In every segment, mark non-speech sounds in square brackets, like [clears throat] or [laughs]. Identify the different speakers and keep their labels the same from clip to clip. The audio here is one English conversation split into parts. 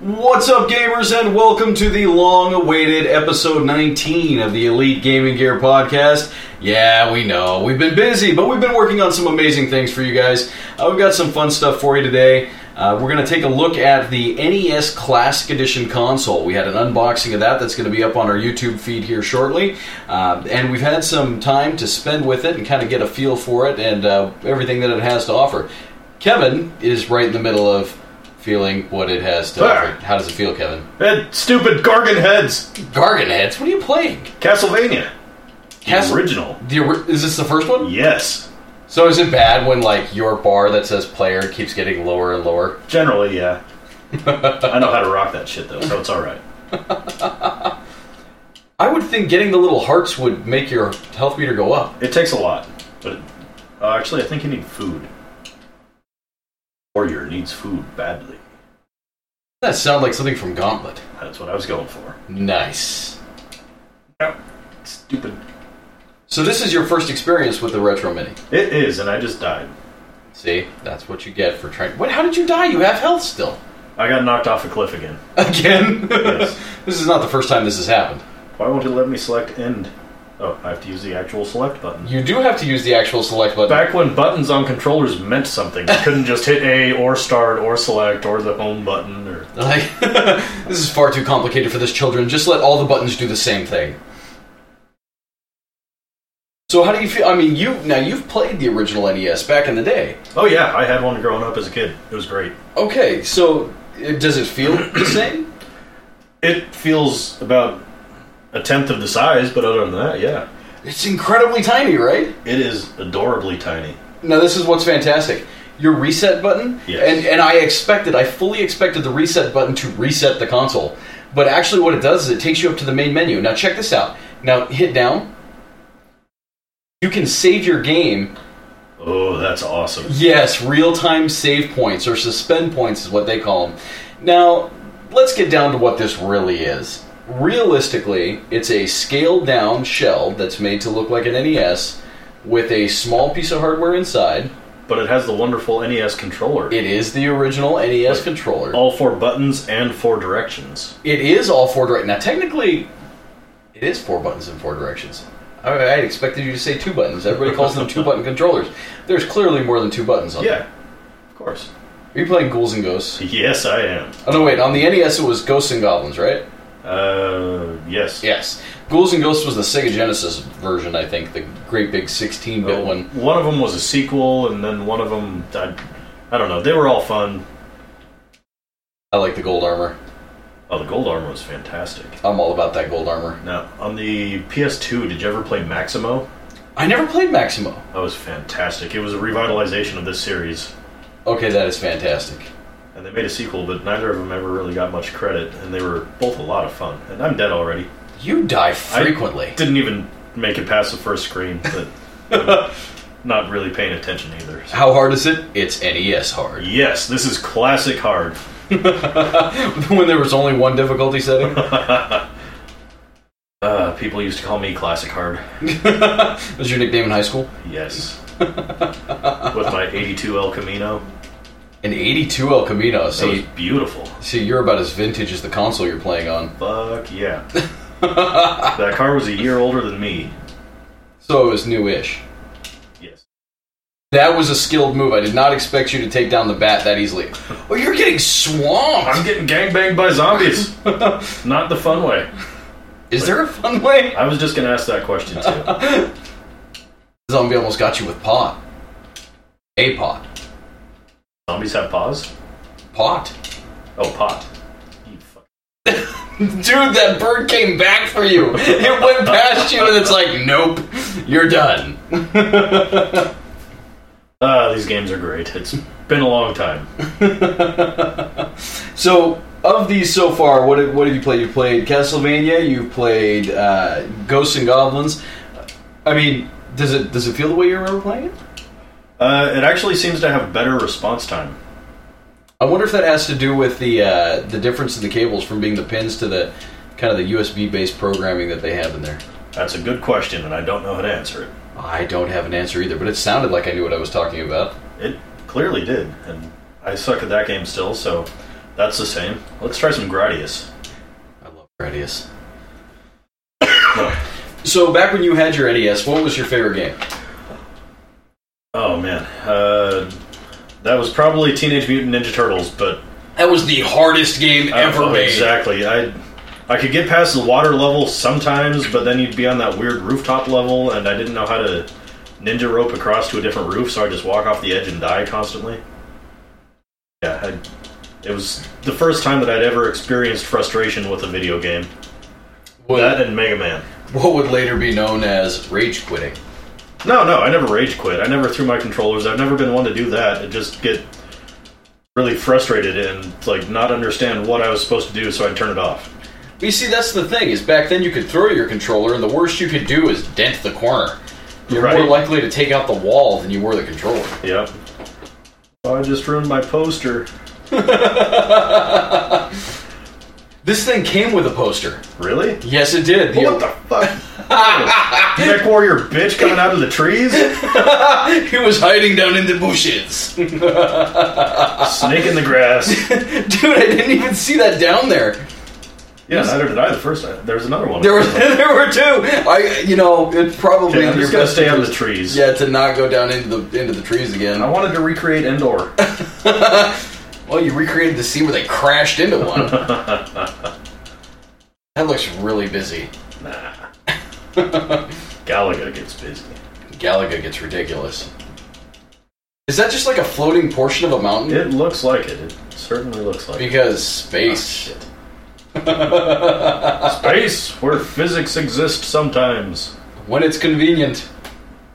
Speaker 1: What's up, gamers, and welcome to the long awaited episode 19 of the Elite Gaming Gear Podcast. Yeah, we know. We've been busy, but we've been working on some amazing things for you guys. Uh, we've got some fun stuff for you today. Uh, we're going to take a look at the NES Classic Edition console. We had an unboxing of that that's going to be up on our YouTube feed here shortly. Uh, and we've had some time to spend with it and kind of get a feel for it and uh, everything that it has to offer. Kevin is right in the middle of feeling what it has to
Speaker 2: There.
Speaker 1: offer. How does it feel, Kevin?
Speaker 2: That stupid Gargan heads,
Speaker 1: Gargan heads, what are you playing?
Speaker 2: Castlevania,
Speaker 1: Castle-
Speaker 2: original.
Speaker 1: The ori- is this the first one?
Speaker 2: Yes,
Speaker 1: So is it bad when like your bar that says player keeps getting lower and lower?
Speaker 2: generally, yeah. I know how to rock that shit though, so it's all right.
Speaker 1: I would think getting the little hearts would make your health meter go up.
Speaker 2: It takes a lot, but uh, actually, I think you need food. Warrior needs food badly.
Speaker 1: That sounds like something from Gauntlet.
Speaker 2: That's what I was going for.
Speaker 1: Nice.
Speaker 2: Stupid.
Speaker 1: So this is your first experience with the Retro Mini.
Speaker 2: It is, and I just died.
Speaker 1: See, that's what you get for trying. Wait, how did you die? You have health still. [laughs]
Speaker 2: I got knocked off a cliff again.
Speaker 1: Again?
Speaker 2: Yes.
Speaker 1: [laughs] this is not the first time this has happened.
Speaker 2: Why won't it let me select end? Oh, I have to use the actual select button.
Speaker 1: You do have to use the actual select button.
Speaker 2: Back when buttons on controllers meant something, you couldn't just hit A or start or select or the home button or
Speaker 1: Like, [laughs] this is far too complicated for this children. Just let all the buttons do the same thing. So how do you feel? I mean, you now you've played the original NES back in the day.
Speaker 2: Oh yeah, I had one growing up as a kid. It was great.
Speaker 1: Okay, so it, does it feel the same?
Speaker 2: It feels about a tenth of the size, but other than that, yeah,
Speaker 1: It's incredibly tiny, right?
Speaker 2: it is adorably tiny.
Speaker 1: Now this is what's fantastic. Your reset button,
Speaker 2: Yes.
Speaker 1: and and I expected, I fully expected the reset button to reset the console, but actually what it does is it takes you up to the main menu. Now check this out. Now hit down. You can save your game
Speaker 2: Oh, that's awesome.
Speaker 1: Yes, real time save points or suspend points is what they call them. Now, let's get down to what this really is. Realistically, it's a scaled down shell that's made to look like an NES with a small piece of hardware inside.
Speaker 2: But it has the wonderful NES controller.
Speaker 1: It is the original NES controller.
Speaker 2: All four buttons and four directions.
Speaker 1: It is all four directions. Now, technically, it is four buttons in four directions. I, I expected you to say two buttons. Everybody calls them two button controllers. There's clearly more than two buttons on
Speaker 2: Yeah, of course. [laughs]
Speaker 1: there. Are you playing Ghouls and Ghosts?
Speaker 2: Yes, I am.
Speaker 1: Oh no, wait. On the NES, it was Ghosts and Goblins, right?
Speaker 2: Uh, yes.
Speaker 1: Yes. Ghouls and Ghosts was the Sega Genesis version, I think, the great big 16-bit
Speaker 2: Oh,
Speaker 1: one.
Speaker 2: One of them was a sequel, and then one of them, I, I don't know. They were all fun.
Speaker 1: I like the gold armor.
Speaker 2: Oh, the gold armor was fantastic.
Speaker 1: I'm all about that gold armor.
Speaker 2: Now, on the PS2, did you ever play Maximo?
Speaker 1: I never played Maximo.
Speaker 2: That was fantastic. It was a revitalization of this series,
Speaker 1: Okay, that is fantastic.
Speaker 2: and they made a sequel, but neither of them ever really got much credit, and they were both a lot of fun. And I'm dead already.
Speaker 1: You die
Speaker 2: I
Speaker 1: frequently.
Speaker 2: didn't even make it past the first screen, but I'm not really paying attention either. So-
Speaker 1: How hard is it? It's NES hard.
Speaker 2: Yes, this is classic hard.
Speaker 1: [laughs] when there was only one difficulty setting.
Speaker 2: Uh, people used to call me classic hard.
Speaker 1: was your nickname in high school?
Speaker 2: Yes. With my 82 El Camino.
Speaker 1: An 82 El Camino.
Speaker 2: That was
Speaker 1: See,
Speaker 2: beautiful.
Speaker 1: see, you're about as vintage as the console you're playing on.
Speaker 2: Fuck [laughs] yeah. that car was a year older than me.
Speaker 1: So it was new-ish.
Speaker 2: Yes.
Speaker 1: That was a skilled move. I did not expect you to take down the bat that easily. Oh, you're getting
Speaker 2: I'm
Speaker 1: swamped.
Speaker 2: getting gangbanged by zombies. [laughs] Not the fun way.
Speaker 1: Is there a fun way?
Speaker 2: I was just gonna ask that question too.
Speaker 1: Zombie almost got you with pot. A pot.
Speaker 2: Zombies have paws?
Speaker 1: Pot.
Speaker 2: Oh, pot. You fuck.
Speaker 1: Dude, that bird came back for you. It went past you and it's like, nope, you're done.
Speaker 2: Ah, these games are great. It's been a long time.
Speaker 1: So, of these so far, what have, what have you played? You played Castlevania, you've played uh, Ghosts and Goblins. I mean, does it does it feel the way you remember playing it?
Speaker 2: Uh, it actually seems to have better response time.
Speaker 1: I wonder if that has to do with the uh, the difference in the cables from being the pins to the kind of the USB based programming that they have in there.
Speaker 2: That's a good question, and I don't know how to answer it.
Speaker 1: I don't have an answer either, but it sounded like I knew what I was talking about.
Speaker 2: It clearly did, and I suck at that game still, so That's the same. Let's try some Gradius.
Speaker 1: I love Gradius.
Speaker 2: No.
Speaker 1: So back when you had your NES, what was your favorite game?
Speaker 2: Oh man, uh, that was probably Teenage Mutant Ninja Turtles, but
Speaker 1: That was the hardest game ever
Speaker 2: Oh,
Speaker 1: made.
Speaker 2: Exactly. I I could get past the water level sometimes, but then you'd be on that weird rooftop level, and I didn't know how to ninja rope across to a different roof, so I just walk off the edge and die constantly. Yeah, I, it was the first time that I'd ever experienced frustration with a video game.
Speaker 1: What,
Speaker 2: That and Mega Man.
Speaker 1: what would later be known as rage quitting.
Speaker 2: No, no, I never rage quit. I never threw my controllers. I've never been one to do that. I just get really frustrated and like not understand what I was supposed to do, so I'd turn it off.
Speaker 1: But you see, that's the thing is back then you could throw your controller, and the worst you could do is dent the corner. You're
Speaker 2: Right.
Speaker 1: more likely to take out the wall than you were the controller.
Speaker 2: Yep. Oh, I just ruined my poster.
Speaker 1: This thing came with a poster.
Speaker 2: Really?
Speaker 1: Yes, it did. The- [laughs]
Speaker 2: What the fuck? [laughs] Neck warrior bitch coming out of
Speaker 1: [laughs]
Speaker 2: the trees?
Speaker 1: he was hiding down in the bushes. [laughs] Dude,
Speaker 2: Snake in the grass.
Speaker 1: I didn't even see that down there.
Speaker 2: Yeah, neither did I the first time. There was another one.
Speaker 1: There were [laughs] there were two. I you know it probably. [laughs]
Speaker 2: Okay, I'm
Speaker 1: your
Speaker 2: just gonna
Speaker 1: best
Speaker 2: stay out of the
Speaker 1: interest- [laughs]
Speaker 2: trees.
Speaker 1: Yeah, to not go down into the into the trees again.
Speaker 2: I wanted to recreate
Speaker 1: [laughs]
Speaker 2: Endor.
Speaker 1: Well, you recreated the scene where they crashed into one. that looks really busy.
Speaker 2: nah. Galaga gets busy.
Speaker 1: Galaga gets ridiculous. Is that just like a floating portion of a mountain?
Speaker 2: It looks like it. It certainly looks like it.
Speaker 1: Because space.
Speaker 2: Space, where physics exists sometimes.
Speaker 1: When it's convenient.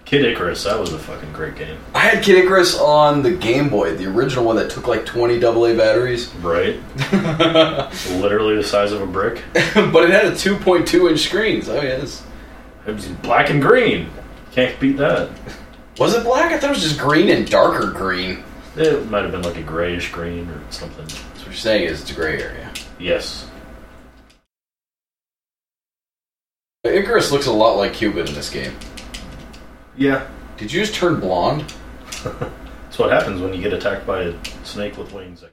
Speaker 2: Kid Icarus, that was a fucking great game.
Speaker 1: I had Kid Icarus on the Game Boy, the original one that took like 20 AA batteries, [laughs]
Speaker 2: Right? Literally the size of a brick.
Speaker 1: but it had a 2.2 inch screen. So yes.
Speaker 2: It was black and green. Can't beat that.
Speaker 1: Was it black? I thought it was just green and darker green.
Speaker 2: It might have been like a grayish green or something.
Speaker 1: That's what you're saying is it's a gray area.
Speaker 2: Yes.
Speaker 1: Icarus looks a lot like Cupid in this game.
Speaker 2: Yeah.
Speaker 1: Did you just turn blonde?
Speaker 2: That's what happens when you get attacked by a snake with wings.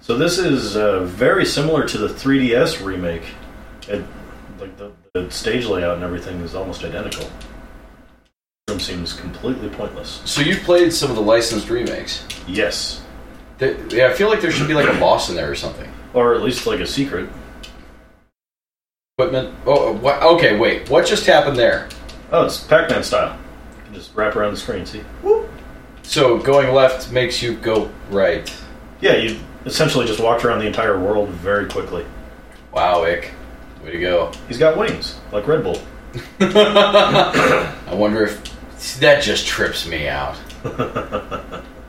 Speaker 2: So this is uh, very similar to the 3DS remake. It, like the, the stage layout and everything is almost identical. Room seems completely pointless.
Speaker 1: So you played some of the licensed remakes.
Speaker 2: Yes,
Speaker 1: Th- Yeah, I feel like there should be like a boss in there or something.
Speaker 2: or at least like a secret.
Speaker 1: Equipment. Oh, what, okay. Wait, what just happened there?
Speaker 2: Oh, it's Pac-Man style. You can just wrap around the screen. See?
Speaker 1: So going left makes you go right.
Speaker 2: Yeah, you essentially just walked around the entire world very quickly.
Speaker 1: Wow, Ick, way to go. [laughs]
Speaker 2: He's got wings, like Red Bull. [laughs]
Speaker 1: I wonder if see, that just trips me out.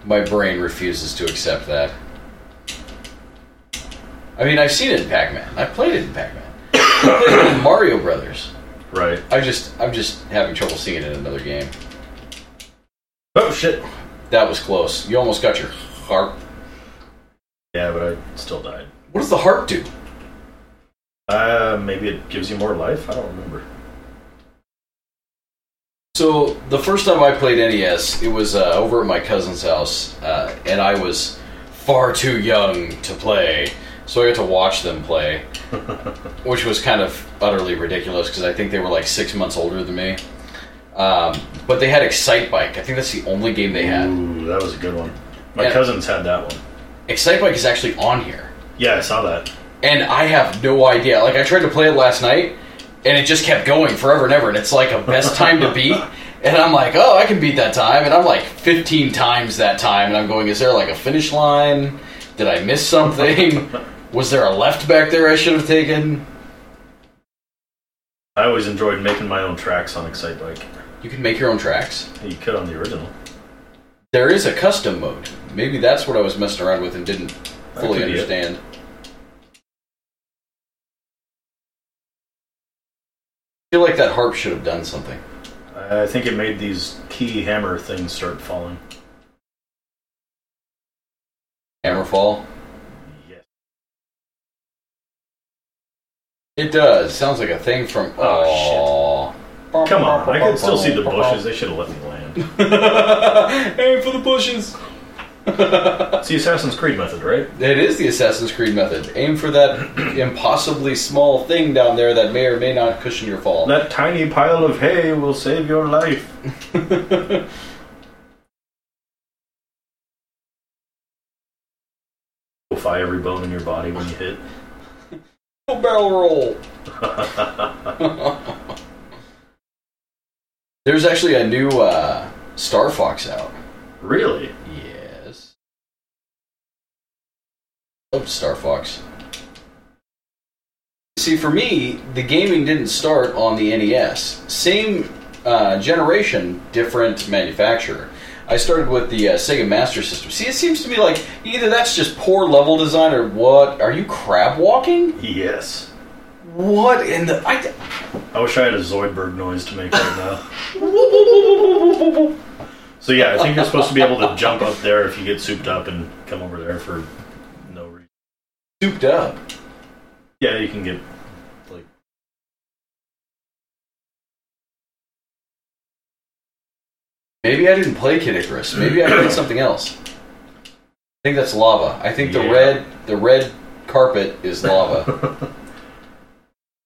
Speaker 1: My brain refuses to accept that. I mean, I've seen it in Pac-Man. I played it in Pac-Man. [coughs] I played it in Mario Brothers.
Speaker 2: Right.
Speaker 1: I just, I'm just having trouble seeing it in another game.
Speaker 2: Oh shit.
Speaker 1: That was close. You almost got your harp.
Speaker 2: Yeah, but I still died.
Speaker 1: What does the harp do?
Speaker 2: Uh, maybe it gives you more life. I don't remember.
Speaker 1: So the first time I played NES, it was uh, over at my cousin's house, uh, and I was far too young to play, so I got to watch them play, which was kind of utterly ridiculous because I think they were like six months older than me. Um, but they had Excite Bike. I think that's the only game they had.
Speaker 2: Ooh, that was a good one. My
Speaker 1: Yeah.
Speaker 2: cousins had that one.
Speaker 1: Excite Bike is actually on here,
Speaker 2: Yeah, I saw that.
Speaker 1: and I have no idea. Like I tried to play it last night, and it just kept going forever and ever, and it's like a best time to
Speaker 2: [laughs]
Speaker 1: beat. And I'm like, oh, I can beat that time, and I'm like 15 times that time, and I'm going, is there like a finish line? Did I miss something? Was there a left back there I should have taken?
Speaker 2: [laughs] I always enjoyed making my own tracks on Excitebike.
Speaker 1: You can make your own tracks.
Speaker 2: You could on the original.
Speaker 1: There is a custom mode. Maybe that's what I was messing around with and didn't
Speaker 2: That
Speaker 1: fully
Speaker 2: could be it.
Speaker 1: understand. I feel like that harp should have done something.
Speaker 2: I I think it made these key hammer things start falling.
Speaker 1: Hammerfall.
Speaker 2: Yes.
Speaker 1: It does. Sounds like a thing from.
Speaker 2: Oh,
Speaker 1: Oh, shit.
Speaker 2: Come on,
Speaker 1: [laughs]
Speaker 2: I could still see the bushes. They should have let me land.
Speaker 1: Aim for the bushes.
Speaker 2: It's the Assassin's Creed method, right?
Speaker 1: It is the Assassin's Creed method. Aim for that [clears throat] impossibly small thing down there that may or may not cushion your fall.
Speaker 2: That tiny pile of hay will save your life. Fire every bone in your body when you hit.
Speaker 1: barrel
Speaker 2: [laughs]
Speaker 1: roll. [laughs] There's actually a new uh, Star Fox out.
Speaker 2: Really?
Speaker 1: Yes. Love Star Fox. See, for me, the gaming didn't start on the NES. Same uh, generation, different manufacturer. I started with the uh, Sega Master System. See, it seems to me like either that's just poor level design or what? Are you crab walking?
Speaker 2: Yes.
Speaker 1: What in the? I, [laughs]
Speaker 2: I wish I had a Zoidberg noise to make right now. So yeah, I think you're supposed to be able to jump up there if you get souped up and come over there for no reason.
Speaker 1: souped up.
Speaker 2: Yeah, you can get like
Speaker 1: Maybe I didn't play Kid Icarus. Maybe I played something else. I think that's lava. I think the
Speaker 2: Yeah.
Speaker 1: red the red carpet is lava.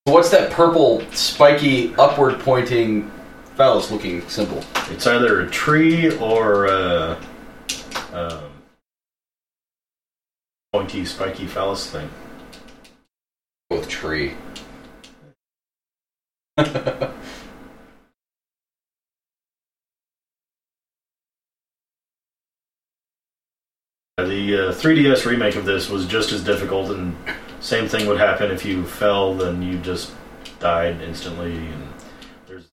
Speaker 1: What's that purple, spiky, upward pointing, phallus looking symbol?
Speaker 2: it's either a tree or a um, pointy, spiky phallus thing.
Speaker 1: With tree.
Speaker 2: Uh, The uh, 3DS remake of this was just as difficult, and same thing would happen if you fell, then you just died instantly. And there's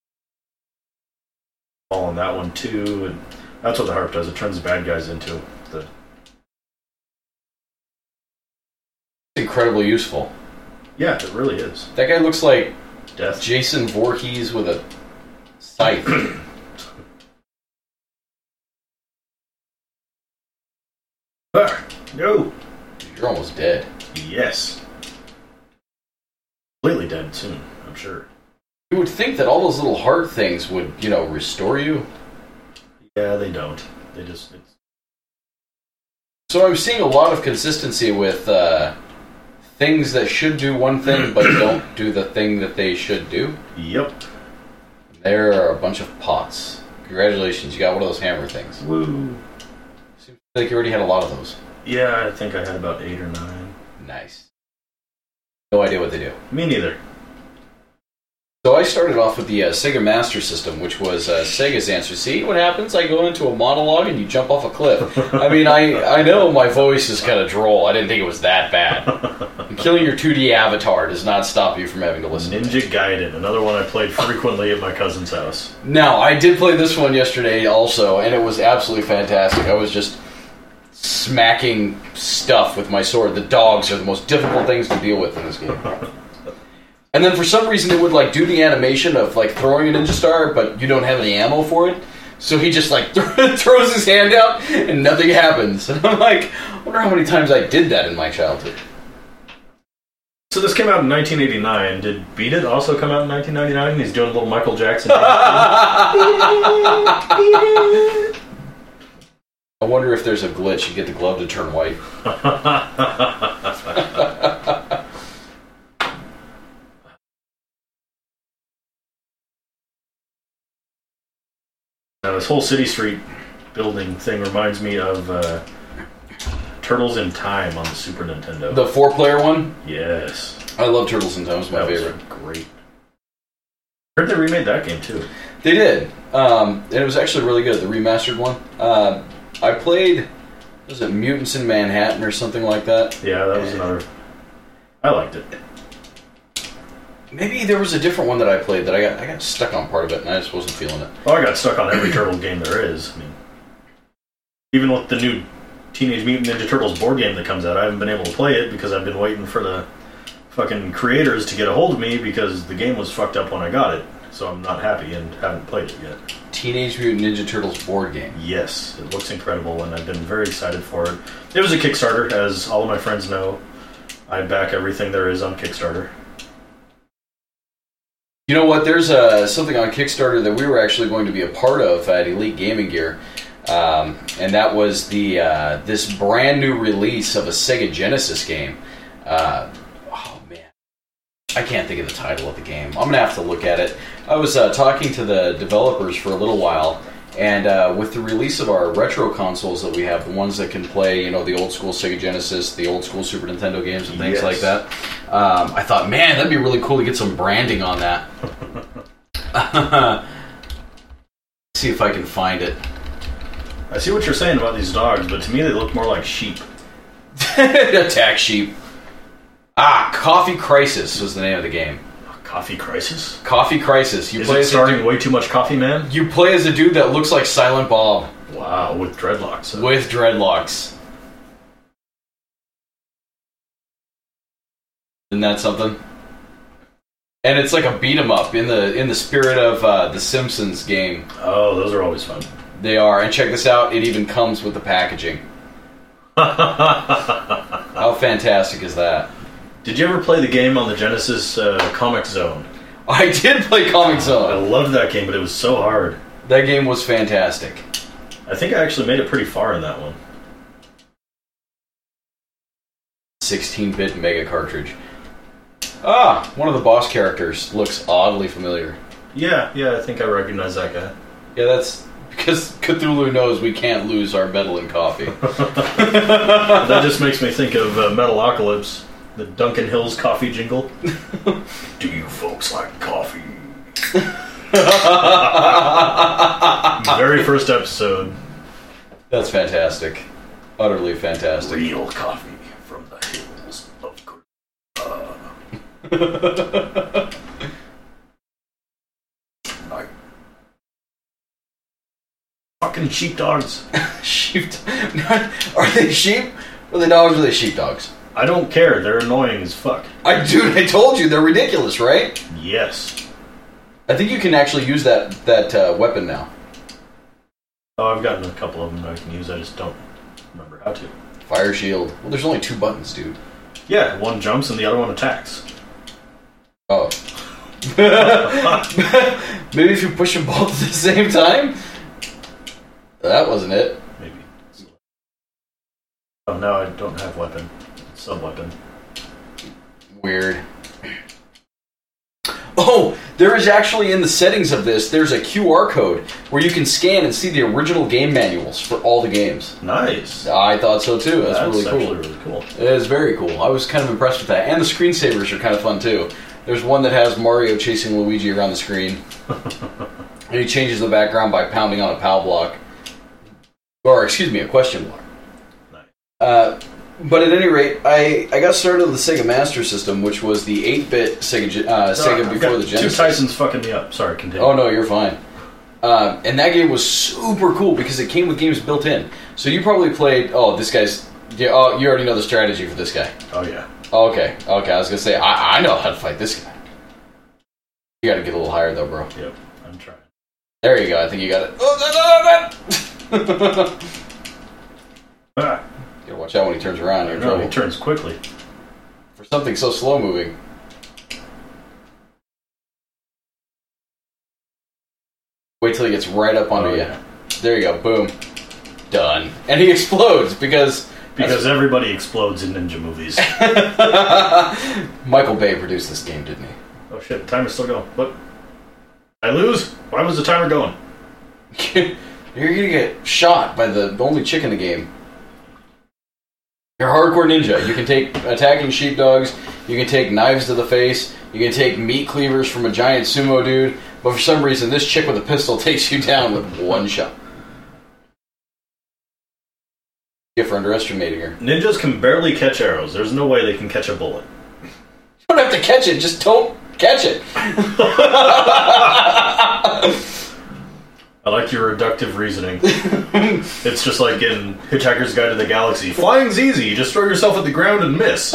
Speaker 2: fall on that one too, and that's what the harp does. It turns the bad guys into the
Speaker 1: Incredibly useful.
Speaker 2: yeah. It really is
Speaker 1: That guy looks like
Speaker 2: death.
Speaker 1: Jason Voorhees with a scythe. [clears throat]
Speaker 2: Ah, no.
Speaker 1: You're almost dead.
Speaker 2: Yes. Completely dead soon, I'm sure.
Speaker 1: You would think that all those little heart things would, you know, restore you.
Speaker 2: Yeah, they don't. They just it's
Speaker 1: So I'm seeing a lot of consistency with uh, things that should do one thing but don't do the thing that they should do.
Speaker 2: yep.
Speaker 1: There are a bunch of pots. Congratulations, you got one of those hammer things.
Speaker 2: Woo.
Speaker 1: Seems like you already had a lot of those.
Speaker 2: Yeah, I think I had about eight or nine.
Speaker 1: Nice. No idea what they do.
Speaker 2: Me neither.
Speaker 1: So I started off with the uh, Sega Master System, which was uh, Sega's answer. See what happens? I go into a monologue and you jump off a cliff. I mean, I I know my voice is kind of droll. I didn't think it was that bad. Killing your 2D avatar does not stop you from having to listen. to
Speaker 2: Ninja Gaiden, another one I played frequently at my cousin's house.
Speaker 1: Now, I did play this one yesterday also, and it was absolutely fantastic. I was just smacking stuff with my sword. The dogs are the most difficult things to deal with in this game. And then for some reason, it would like do the animation of like throwing a ninja star, but you don't have any ammo for it. So he just like [laughs] throws his hand out, and nothing happens. [laughs] And I'm like, I wonder how many times I did that in my
Speaker 2: [laughs]
Speaker 1: childhood.
Speaker 2: So this came out in 1989. Did Beat It also come out in 1999? And He's doing a little Michael [laughs] Jackson. dance.
Speaker 1: I wonder if there's a glitch. You get the glove to turn white.
Speaker 2: now this whole city street building thing reminds me of uh, Turtles in Time on the Super Nintendo.
Speaker 1: The four-player one.
Speaker 2: yes,
Speaker 1: I love Turtles in Time. It's my
Speaker 2: that
Speaker 1: favorite.
Speaker 2: was great. Heard they remade that game too.
Speaker 1: They did, um, and it was actually really good. The remastered one. Uh, I played. Was it Mutants in Manhattan or something like that?
Speaker 2: Yeah, that was another. I liked it.
Speaker 1: Maybe there was a different one that I played that I got. I got stuck on part of it, and I just wasn't feeling it.
Speaker 2: Oh, I got stuck on every turtle game there is. I mean, even with the new Teenage Mutant Ninja Turtles board game that comes out, I haven't been able to play it because I've been waiting for the fucking creators to get a hold of me because the game was fucked up when I got it. So I'm not happy and haven't played it yet.
Speaker 1: Teenage Mutant Ninja Turtles board game.
Speaker 2: Yes, it looks incredible and I've been very excited for it. It was a Kickstarter, as all of my friends know. I back everything there is on Kickstarter.
Speaker 1: You know what? There's uh, something on Kickstarter that we were actually going to be a part of at Elite Gaming Gear. um, and that was the uh, this brand new release of a Sega Genesis game. Uh, oh man, I can't think of the title of the game. I'm gonna have to look at it. I was uh, talking to the developers for a little while, and uh, with the release of our retro consoles that we have, the ones that can play, you know, the old school Sega Genesis, the old school Super Nintendo games, and things
Speaker 2: Yes.
Speaker 1: like that. Um, I thought, man, that'd be really cool to get some branding on that. [laughs] See if I can find it.
Speaker 2: I see what you're saying about these dogs, but to me they look more like sheep.
Speaker 1: [laughs] Attack sheep. Ah, Coffee Crisis was the name of the game.
Speaker 2: Coffee crisis?
Speaker 1: Coffee Crisis. You
Speaker 2: Is
Speaker 1: play
Speaker 2: it
Speaker 1: as a
Speaker 2: starting
Speaker 1: dude,
Speaker 2: way too much coffee, man?
Speaker 1: you play as a dude that looks like Silent Bob
Speaker 2: Wow, with dreadlocks. huh?
Speaker 1: with dreadlocks. Isn't that something? And it's like a beat 'em up in the in the spirit of uh, the Simpsons game.
Speaker 2: Oh, those are always fun.
Speaker 1: They are, and check this out. It even comes with the
Speaker 2: [laughs]
Speaker 1: packaging. How fantastic is that?
Speaker 2: Did you ever play the game on the Genesis uh, Comic Zone?
Speaker 1: I did play Comic
Speaker 2: I
Speaker 1: Zone.
Speaker 2: loved that game, but it was so hard.
Speaker 1: That game was fantastic.
Speaker 2: I think I actually made it pretty far in that one.
Speaker 1: 16-bit mega cartridge. Ah, one of the boss characters looks oddly familiar.
Speaker 2: Yeah, yeah, I think I recognize that guy.
Speaker 1: Yeah, that's because Cthulhu knows we can't lose our metal and coffee.
Speaker 2: [laughs] that just makes me think of uh, Metalocalypse, the Duncan Hills coffee [laughs] jingle. Do you folks like [laughs] coffee? Very first episode,
Speaker 1: that's fantastic. Utterly fantastic.
Speaker 2: real coffee from the hills of. Gr- Uh, I- Fucking sheepdogs.
Speaker 1: [laughs] Sheep. are they sheep? Are they dogs? Or are they sheepdogs?
Speaker 2: I don't care. They're annoying as fuck.
Speaker 1: I dude, I told you they're ridiculous, right?
Speaker 2: Yes.
Speaker 1: I think you can actually use that that uh, weapon now.
Speaker 2: Oh, I've gotten a couple of them that I can use. I just don't remember how to.
Speaker 1: Fire shield. Well, there's only two buttons, dude.
Speaker 2: Yeah, one jumps and the other one attacks. [laughs]
Speaker 1: Oh. [laughs] Maybe if you push them both at the same time? That wasn't it.
Speaker 2: Maybe. Oh, no, I don't have weapon. Sub weapon.
Speaker 1: Weird. Oh, there is actually in the settings of this, there's a QR code where you can scan and see the original game manuals for all the games.
Speaker 2: Nice.
Speaker 1: I thought so too. That's, really cool.
Speaker 2: actually really cool.
Speaker 1: It is very cool. I was kind of impressed with that. And the screensavers are kind of fun too. There's one that has Mario chasing Luigi around the
Speaker 2: [laughs]
Speaker 1: screen. and he changes the background by pounding on a PAL block. Or, excuse me, a question block.
Speaker 2: Nice.
Speaker 1: Uh, but at any rate, I, I got started on the Sega Master System, which was the 8 bit Sega, Ge- uh,
Speaker 2: Sorry,
Speaker 1: Sega
Speaker 2: I've
Speaker 1: before
Speaker 2: got
Speaker 1: the Genesis.
Speaker 2: Two Tysons fucking me up. Sorry, continue.
Speaker 1: Oh no, you're fine. Um, and that game was super cool because it came with games built in. So you probably played. Oh, this guy's. Yeah, oh, you already know the strategy for this guy.
Speaker 2: Oh, yeah.
Speaker 1: Okay, okay. I was gonna say I, I know how to fight this guy. You gotta get a little higher though, bro.
Speaker 2: Yep. I'm trying.
Speaker 1: There you go. I think you got it. Oh, no, no, no.
Speaker 2: Ah,
Speaker 1: gotta watch out when he turns around. You're in
Speaker 2: no, he
Speaker 1: trouble
Speaker 2: turns quickly.
Speaker 1: for something so slow moving. Wait till he gets right up onto
Speaker 2: Oh,
Speaker 1: you.
Speaker 2: yeah.
Speaker 1: There you go. Boom. Done. And he explodes because
Speaker 2: Because everybody explodes in ninja movies.
Speaker 1: [laughs] Michael Bay produced this game, didn't he?
Speaker 2: oh, shit. Timer's still going. What? I lose? Why was the timer going?
Speaker 1: [laughs] You're gonna get shot by the only chick in the game. You're a hardcore ninja. You can take attacking sheepdogs. You can take knives to the face. You can take meat cleavers from a giant sumo dude. But for some reason, this chick with a pistol [laughs] takes you down with one shot. Yeah, for underestimating her.
Speaker 2: Ninjas can barely catch arrows. There's no way they can catch a bullet.
Speaker 1: You don't have to catch it. Just don't catch it.
Speaker 2: I like your
Speaker 1: [laughs]
Speaker 2: reductive reasoning. it's just like in Hitchhiker's Guide to the Galaxy. Flying's easy. You just throw yourself at the ground
Speaker 1: [laughs]
Speaker 2: and miss.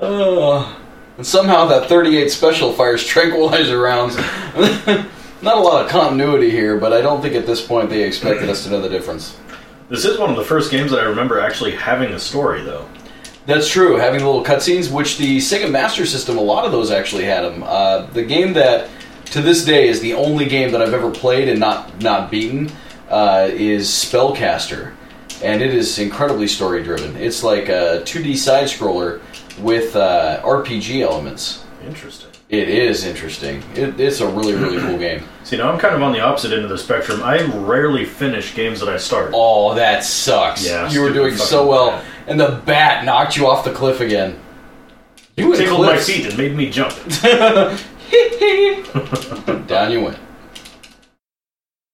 Speaker 1: Ugh. and somehow that 38 special fires tranquilizer rounds. [laughs] Not a lot of continuity here, but I don't think at this point they expected us to know the difference.
Speaker 2: this is one of the first games that I remember actually having a story, though.
Speaker 1: That's true. Having the little cutscenes, which the Sega Master System, a lot of those actually had them. Uh, the game that to this day is the only game that I've ever played and not not beaten uh, is Spellcaster, and it is incredibly story driven. It's like a 2D side scroller with uh, RPG elements.
Speaker 2: Interesting.
Speaker 1: It is interesting. It, it's a really really cool game.
Speaker 2: See, now I'm kind of on the opposite end of the spectrum. I rarely finish games that I start.
Speaker 1: Oh, that sucks.
Speaker 2: Yeah,
Speaker 1: you were
Speaker 2: stupid
Speaker 1: doing so
Speaker 2: fucking
Speaker 1: well,
Speaker 2: bat.
Speaker 1: and the bat knocked you off the cliff again. You and
Speaker 2: Tickled my
Speaker 1: cliffs.
Speaker 2: feet and made me jump.
Speaker 1: [laughs] Down you went.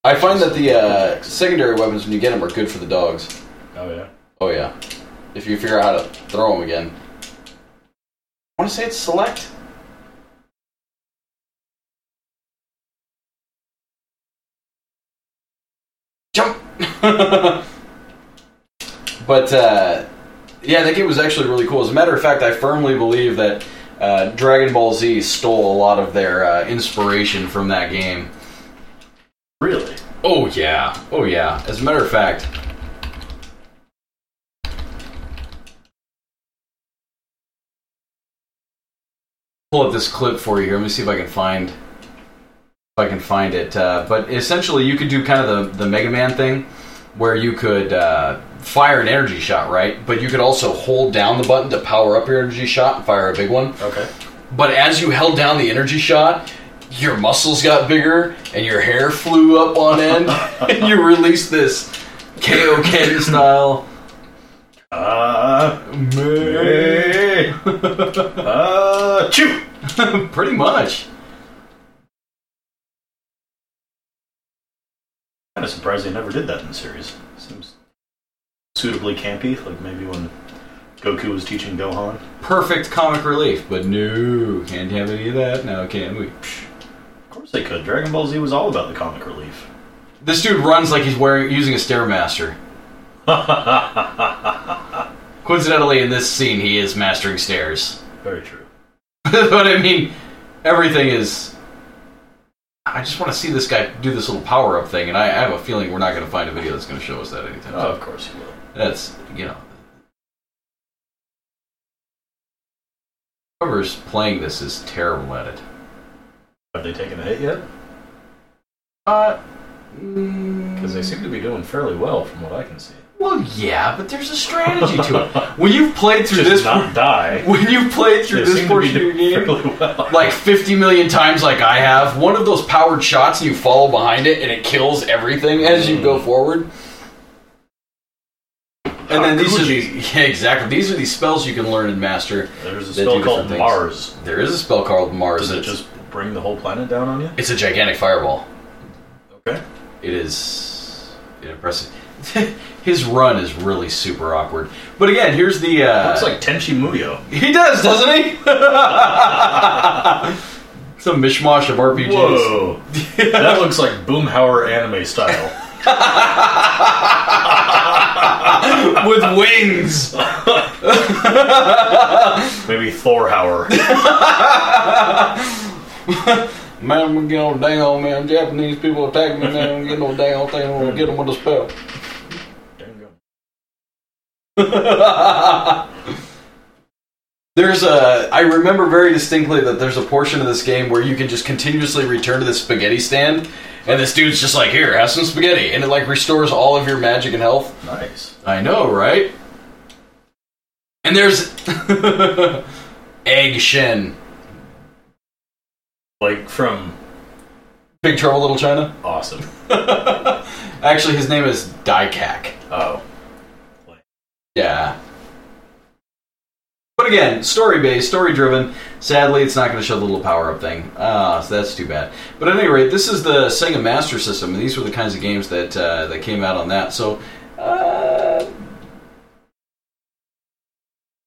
Speaker 1: I find that the uh, secondary weapons when you get them are good for the dogs.
Speaker 2: Oh yeah.
Speaker 1: Oh yeah, if you figure out how to throw them again. I want to say it's select. Jump. [laughs] but uh, yeah, that game was actually really cool. As a matter of fact, I firmly believe that uh, Dragon Ball Z stole a lot of their uh, inspiration from that game.
Speaker 2: Really?
Speaker 1: Oh yeah. Oh yeah. As a matter of fact. Pull up this clip for you here. Let me see if I can find if I can find it. Uh, but essentially, you could do kind of the the Mega Man thing, where you could uh, fire an energy shot, right? But you could also hold down the button to power up your energy shot and fire a big one.
Speaker 2: Okay.
Speaker 1: But as you held down the energy shot, your muscles got bigger and your hair flew up on end, and you released this KOK style.
Speaker 2: Uh, hey. uh, chew.
Speaker 1: [laughs] Pretty much.
Speaker 2: Kind of surprised they never did that in the series. Seems suitably campy, like maybe when Goku was teaching Gohan.
Speaker 1: Perfect comic relief, but no, can't have any of that now, can we?
Speaker 2: Of course they could. Dragon Ball Z was all about the comic relief. [laughs]
Speaker 1: This dude runs like he's wearing using a stairmaster. Coincidentally, in this scene, he is mastering stairs.
Speaker 2: Very true.
Speaker 1: [laughs] but I mean, everything is. I just want to see this guy do this little power up thing, and I, I have a feeling we're not going to find a video that's going to show us that anytime.
Speaker 2: Oh, of course you will.
Speaker 1: That's you know. Whoever's playing this is terrible at it.
Speaker 2: Have they taken a hit yet?
Speaker 1: Uh, mm,
Speaker 2: Because they seem to be doing fairly well, from what I can see.
Speaker 1: well, yeah, but there's a strategy to it.
Speaker 2: [laughs]
Speaker 1: When you've played through
Speaker 2: Just
Speaker 1: this,
Speaker 2: not die.
Speaker 1: [laughs] when you've played through
Speaker 2: They
Speaker 1: this
Speaker 2: seem to be
Speaker 1: portion of your
Speaker 2: doing
Speaker 1: game,
Speaker 2: fairly well.
Speaker 1: like 50 million times like I have, one of those powered shots and you follow behind it and it kills everything as you
Speaker 2: Mm.
Speaker 1: go forward. And then these [laughs] are the, yeah, exactly. These are the spells you can learn and master.
Speaker 2: There's a
Speaker 1: They do
Speaker 2: spell
Speaker 1: different
Speaker 2: called
Speaker 1: things.
Speaker 2: Mars.
Speaker 1: There is a spell called Mars.
Speaker 2: Does it
Speaker 1: that's-
Speaker 2: just bring the whole planet down on you?
Speaker 1: it's a gigantic fireball.
Speaker 2: Okay.
Speaker 1: It is impressive. [laughs] His run is really super awkward. But again, here's the uh,
Speaker 2: Looks like Tenchi Muyo.
Speaker 1: [laughs] he does, doesn't he? [laughs] Some mishmash of RPGs.
Speaker 2: Whoa. that
Speaker 1: [laughs]
Speaker 2: looks like Boomhauer anime style.
Speaker 1: [laughs] with wings.
Speaker 2: Maybe Thorhauer.
Speaker 1: [laughs] Man, we get no dang old man. Japanese people attack me. They don't get no dang old thing. We'll get them with a spell. [laughs] There's a. I remember very distinctly that there's a portion of this game where you can just continuously return to the spaghetti stand, and this dude's just like, "Here, have some spaghetti," and it like restores all of your magic and health.
Speaker 2: nice.
Speaker 1: I know, right? And there's [laughs] Egg Shen,
Speaker 2: Like from
Speaker 1: Big Trouble Little China. [laughs]
Speaker 2: Awesome.
Speaker 1: Actually, his name is Daikak.
Speaker 2: Oh.
Speaker 1: Yeah. But again, story based, story driven. Sadly, it's not going to show the little power up thing. Ah, so that's too bad. But at any rate, this is the Sega Master System, and these were the kinds of games that uh, that came out on that. So, uh,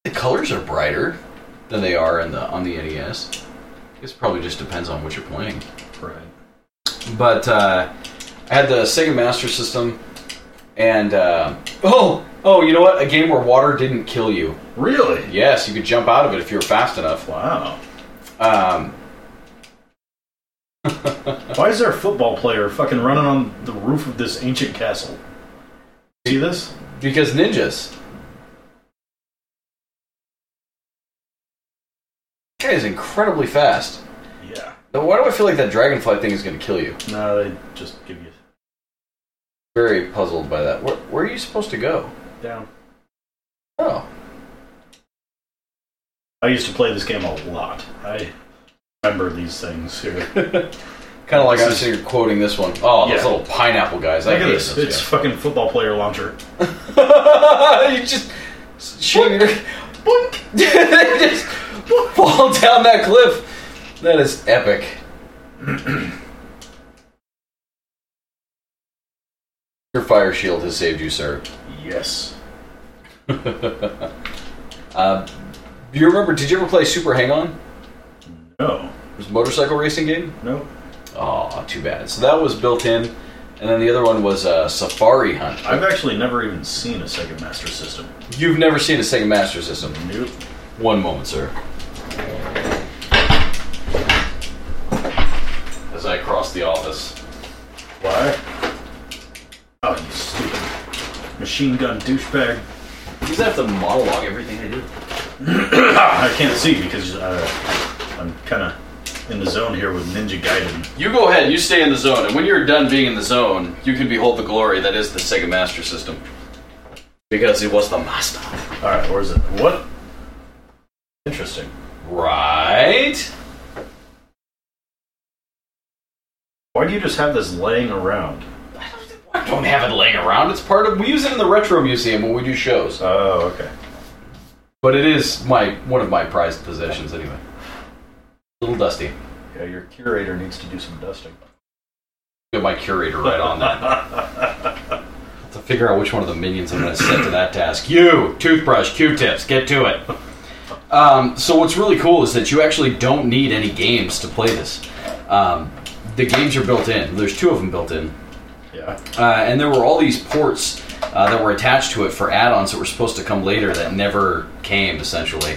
Speaker 1: the colors are brighter than they are in the on the NES. I guess it probably just depends on what you're playing
Speaker 2: Right.
Speaker 1: but uh, I had the Sega Master System, and uh, oh, oh, you know what? A game where water didn't kill you.
Speaker 2: Really?
Speaker 1: Yes, you could jump out of it if you were fast enough.
Speaker 2: Wow.
Speaker 1: Um,
Speaker 2: Why is there a football player fucking running on the roof of this ancient castle? See this?
Speaker 1: because ninjas. This guy is incredibly fast.
Speaker 2: Yeah.
Speaker 1: Now, Why do I feel like that dragonfly thing is going to kill you?
Speaker 2: No, they just give you
Speaker 1: Very puzzled by that. Where, where are you supposed to go?
Speaker 2: down.
Speaker 1: Oh,
Speaker 2: I used to play this game a lot. I remember these things here. [laughs] Look
Speaker 1: kind of like
Speaker 2: This
Speaker 1: I'm
Speaker 2: is-
Speaker 1: sitting here quoting this one. Oh, those
Speaker 2: Yeah.
Speaker 1: little pineapple guys. I
Speaker 2: at
Speaker 1: hate
Speaker 2: this.
Speaker 1: those
Speaker 2: It's
Speaker 1: guys.
Speaker 2: fucking football player launcher.
Speaker 1: [laughs] you just shooting your boink. They [laughs] just fall down that cliff. That is epic. [clears throat] your fire shield has saved you, sir.
Speaker 2: Yes.
Speaker 1: Uh, do you remember? Did you ever play Super Hang On?
Speaker 2: No.
Speaker 1: It was a motorcycle racing game.
Speaker 2: No.
Speaker 1: Oh, too bad. So that was built in, and then the other one was uh, Safari Hunt.
Speaker 2: I've actually never even seen a Sega Master System.
Speaker 1: You've never seen a Sega Master System.
Speaker 2: Nope.
Speaker 1: One moment, sir. As I cross the office.
Speaker 2: Why? Oh, you stupid machine gun douchebag.
Speaker 1: You just have to monologue everything I do.
Speaker 2: Ah, I can't see because uh, I'm kind of in the zone here with Ninja Gaiden.
Speaker 1: You go ahead, you stay in the zone, and when you're done being in the zone, you can behold the glory that is the Sega Master System. Because it was the master.
Speaker 2: All right, where is it? What? Interesting.
Speaker 1: Right?
Speaker 2: Why do you just have this laying around?
Speaker 1: I don't have it laying around. It's part of. We use it in the retro museum when we do shows.
Speaker 2: Oh, okay.
Speaker 1: But it is my one of my prized possessions anyway. A little dusty.
Speaker 2: Yeah, your curator needs to do some dusting.
Speaker 1: Get my curator right on that. Have to figure out which one of the minions I'm going to set to that task. You, toothbrush, Q-tips, get to it. Um, so what's really cool is that you actually don't need any games to play this. Um, the games are built in. There's two of them built in,
Speaker 2: Yeah.
Speaker 1: uh, and there were all these ports uh, that were attached to it for add-ons that were supposed to come later that never came. Essentially,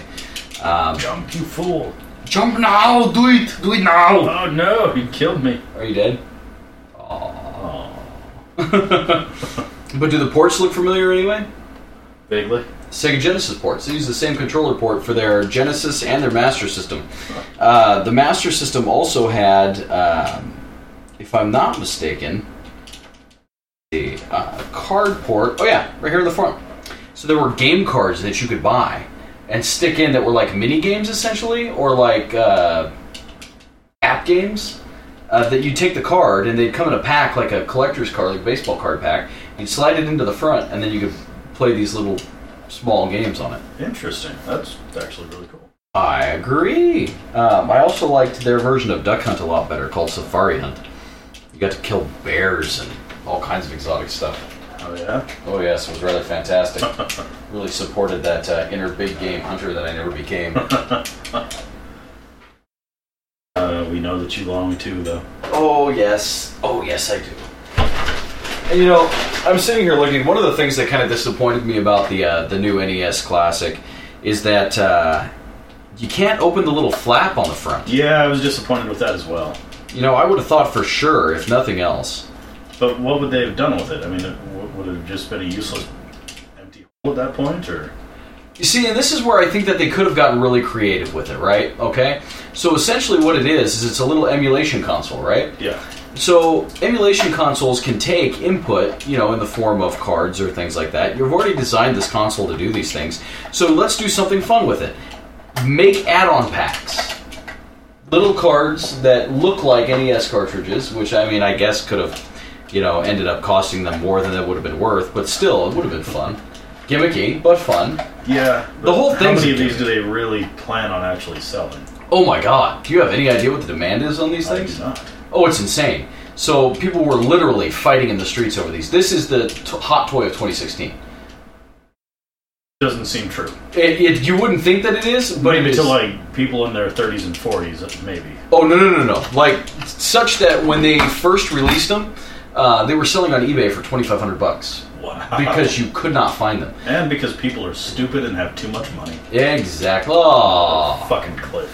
Speaker 1: um,
Speaker 2: Jump, you fool!
Speaker 1: jump now, do it, do it now.
Speaker 2: Oh no, you killed me.
Speaker 1: Are you dead? Aww. but do the ports look familiar anyway?
Speaker 2: Vaguely.
Speaker 1: Sega Genesis ports. They use the same controller port for their Genesis and their Master System. Uh, the Master System also had, um, if I'm not mistaken, the uh, card port. Oh yeah, right here in the front. So there were game cards that you could buy and stick in that were like mini games essentially, or like uh, app games. Uh, that you take the card and they'd come in a pack like a collector's card, like a baseball card pack. You'd slide it into the front, and then you could play these little small games on it.
Speaker 2: Interesting. That's actually really cool.
Speaker 1: I agree. Um, I also liked their version of Duck Hunt a lot better, called Safari Hunt. You got to kill bears and all kinds of exotic stuff.
Speaker 2: Oh yeah.
Speaker 1: Oh yes, it was rather fantastic. really supported that uh, inner big game hunter that I never became.
Speaker 2: Uh, we know that you long to though.
Speaker 1: Oh yes, oh yes, I do. And you know, I'm sitting here looking. One of the things that kind of disappointed me about the uh, the new NES Classic is that uh, you can't open the little flap on the front.
Speaker 2: Yeah, I was disappointed with that as well.
Speaker 1: You know, I would have thought for sure, if nothing else.
Speaker 2: But what would they have done with it? I mean, it, w- would it have just been a useless empty hole at that point, or
Speaker 1: You see, and this is where I think that they could have gotten really creative with it, right? Okay, so essentially, what it is is it's a little emulation console, right?
Speaker 2: yeah,
Speaker 1: So emulation consoles can take input, you know, in the form of cards or things like that. You've already designed this console to do these things. So let's do something fun with it. Make add-on packs. Little cards that look like NES cartridges, which I mean I guess could have, you know, ended up costing them more than it would have been worth, but still it would have been fun. Gimmicky, but fun.
Speaker 2: yeah. but
Speaker 1: whole
Speaker 2: How
Speaker 1: thing's
Speaker 2: many of
Speaker 1: a-
Speaker 2: these do they really plan on actually selling?
Speaker 1: Oh my god. Do you have any idea what the demand is on these
Speaker 2: I
Speaker 1: things?
Speaker 2: do not.
Speaker 1: Oh, it's insane. So people were literally fighting in the streets over these. This is the t- hot toy of 2016.
Speaker 2: Doesn't seem true.
Speaker 1: It, it, you wouldn't think that it is, but
Speaker 2: Maybe
Speaker 1: it is.
Speaker 2: to like people in their 30s and 40s, maybe.
Speaker 1: oh no no no no! Like such that when they first released them, uh, they were selling on eBay for 2,500 bucks
Speaker 2: Wow.
Speaker 1: because you could not find them.
Speaker 2: and because people are stupid and have too much money.
Speaker 1: Exactly. Aw. [laughs]
Speaker 2: Fucking clip.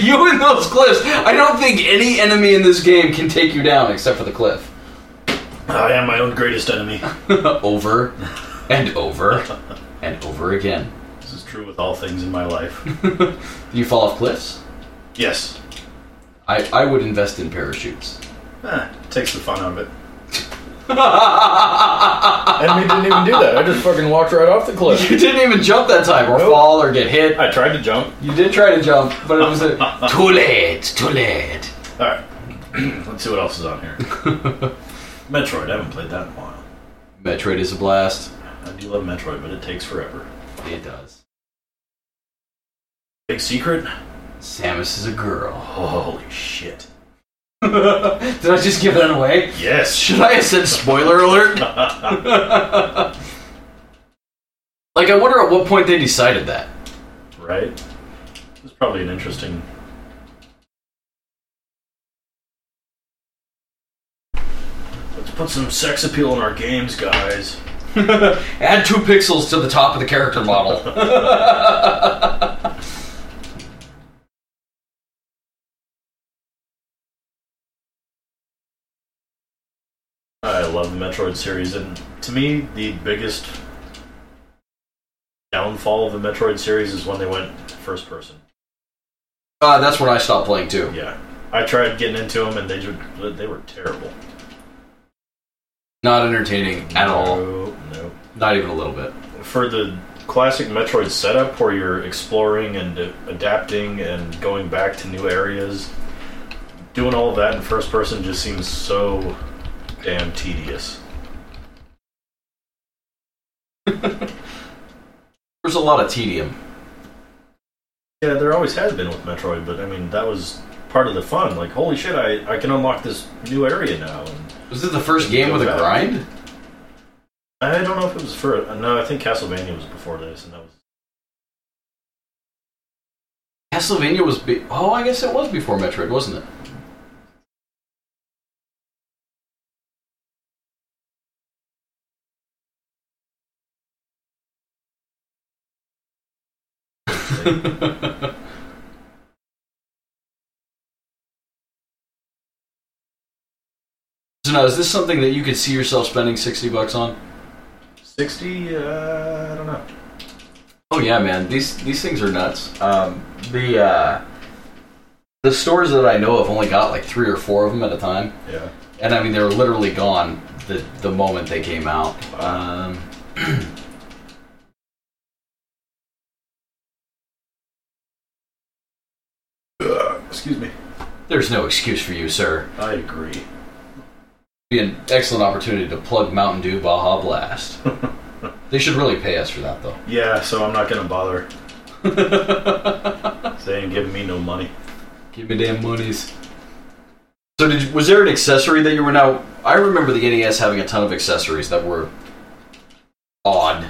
Speaker 1: you in those cliffs. I don't think any enemy in this game can take you down except for the cliff.
Speaker 2: [laughs]
Speaker 1: [laughs]
Speaker 2: I am my own greatest enemy.
Speaker 1: over and over and over again.
Speaker 2: This [laughs] is true with all things in my life.
Speaker 1: Do you fall off cliffs?
Speaker 2: Yes.
Speaker 1: I, I would invest in parachutes. [laughs]
Speaker 2: Eh, takes the fun out [laughs] of it. and we didn't even do that. I just fucking walked right off the cliff.
Speaker 1: You didn't even jump that time, or
Speaker 2: Nope.
Speaker 1: fall, or get hit.
Speaker 2: [laughs] I tried to jump.
Speaker 1: You did try to jump, but it was
Speaker 2: [laughs]
Speaker 1: a, too late, too late.
Speaker 2: All right, [clears throat] let's see what else is on [laughs] here. Metroid. I haven't played that in a while.
Speaker 1: Metroid is a blast.
Speaker 2: I do love Metroid, but it takes forever.
Speaker 1: It does.
Speaker 2: Big secret.
Speaker 1: Samus is a girl. [laughs]
Speaker 2: Holy shit.
Speaker 1: did I just give that away?
Speaker 2: Yes.
Speaker 1: Should I have said spoiler
Speaker 2: [laughs]
Speaker 1: alert? [laughs] like, I wonder at what point they decided that.
Speaker 2: Right. It's probably an interesting. Let's put some sex appeal in our games, guys.
Speaker 1: Add two pixels to the top of the character
Speaker 2: [laughs]
Speaker 1: model.
Speaker 2: I love the Metroid series, and to me, the biggest downfall of the Metroid series is when they went first person.
Speaker 1: uh, that's when I stopped playing too.
Speaker 2: Yeah, I tried getting into them, and they ju- they were terrible.
Speaker 1: Not entertaining at all.
Speaker 2: No, no.
Speaker 1: Not even a little bit.
Speaker 2: for the classic Metroid setup where you're exploring and uh, adapting and going back to new areas, doing all of that in first person just seems so damn tedious.
Speaker 1: There's a lot of tedium.
Speaker 2: Yeah, there always has been with Metroid, but I mean, that was part of the fun. Like, holy shit, I, I can unlock this new area now. And
Speaker 1: Was it the first game with a grind?
Speaker 2: I don't know if it was for. No, I think Castlevania was before this, and that [laughs] was.
Speaker 1: Castlevania was. Be- oh, I guess it was before Metroid, wasn't it? so now, is this something that you could see yourself spending sixty bucks on?
Speaker 2: 60? Uh, I don't know.
Speaker 1: Oh yeah, man. These these things are nuts. Um, the uh, the stores that I know of only got like three or four of them at a time,
Speaker 2: Yeah.
Speaker 1: and I mean they were literally gone the the moment they came out. Um,
Speaker 2: Excuse me.
Speaker 1: there's no excuse for you, sir.
Speaker 2: I agree.
Speaker 1: Be an excellent opportunity to plug Mountain Dew Baja [laughs] Blast. they should really pay us for that, though.
Speaker 2: Yeah, so I'm not
Speaker 1: [laughs]
Speaker 2: gonna bother. they ain't giving me no money.
Speaker 1: Give me damn monies. So, did you- was there an accessory that you were now? I remember the NES having a ton of accessories that were odd,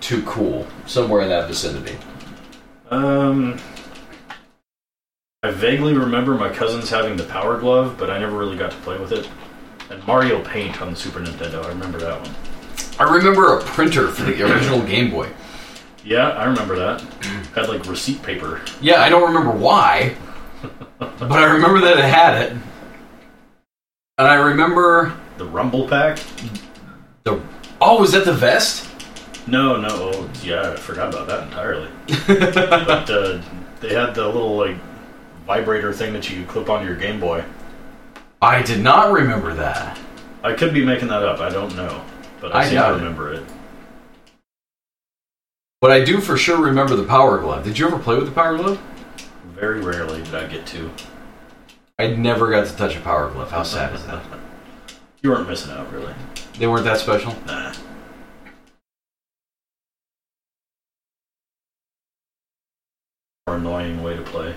Speaker 1: too cool, somewhere in that vicinity.
Speaker 2: Um, I vaguely remember my cousins having the Power Glove, but I never really got to play with it. And Mario Paint on the Super Nintendo, I remember that one.
Speaker 1: I remember a printer for the original Game Boy.
Speaker 2: Yeah, I
Speaker 1: [clears throat]
Speaker 2: remember that. Had like receipt paper.
Speaker 1: Yeah, I don't remember why, but I remember that it had it, and I remember
Speaker 2: The Rumble Pack?
Speaker 1: the. Oh, was that the vest? [laughs]
Speaker 2: No, no, oh, yeah, I forgot about that entirely.
Speaker 1: [laughs]
Speaker 2: but uh, they had the little like vibrator thing that you could clip onto your Game Boy.
Speaker 1: I did not remember that.
Speaker 2: I could be making that up. I don't know, but I,
Speaker 1: I
Speaker 2: seem
Speaker 1: doubt
Speaker 2: to
Speaker 1: it.
Speaker 2: remember it.
Speaker 1: But I do for sure remember the Power Glove. Did you ever play with the Power Glove?
Speaker 2: Very rarely did I get to.
Speaker 1: I never got to touch a Power Glove. How sad is that?
Speaker 2: [laughs] You weren't missing out, really.
Speaker 1: They weren't that special.
Speaker 2: Nah. More annoying way to play.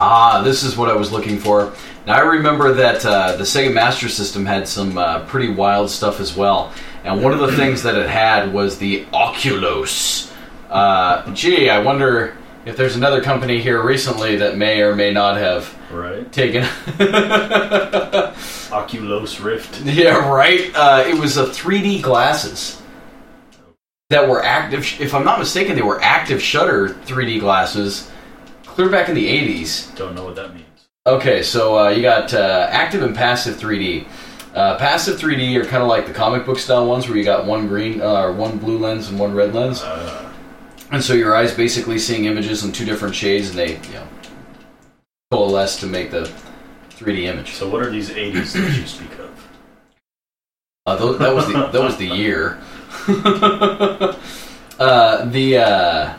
Speaker 1: Ah, this is what I was looking for. Now I remember that uh, the Sega Master System had some uh, pretty wild stuff as well, and one of the things that it had was the Oculus. Uh, gee, I wonder if there's another company here recently that may or may not have
Speaker 2: Right?
Speaker 1: taken. [laughs]
Speaker 2: Oculus Rift.
Speaker 1: yeah, right. Uh, it was a 3D glasses that were active. If I'm not mistaken, they were active shutter 3D glasses, clear back in the 80s.
Speaker 2: Don't know what that means.
Speaker 1: Okay, so uh, you got uh, active and passive 3D. Uh, passive 3D are kind of like the comic book style ones, where you got one green uh, or one blue lens and one red lens,
Speaker 2: Uh,
Speaker 1: and so your eyes basically seeing images in two different shades, and they you know coalesce to make the 3D image.
Speaker 2: So what are these 80s that you speak of?
Speaker 1: Uh, tho- that was the that was the year. uh, the uh,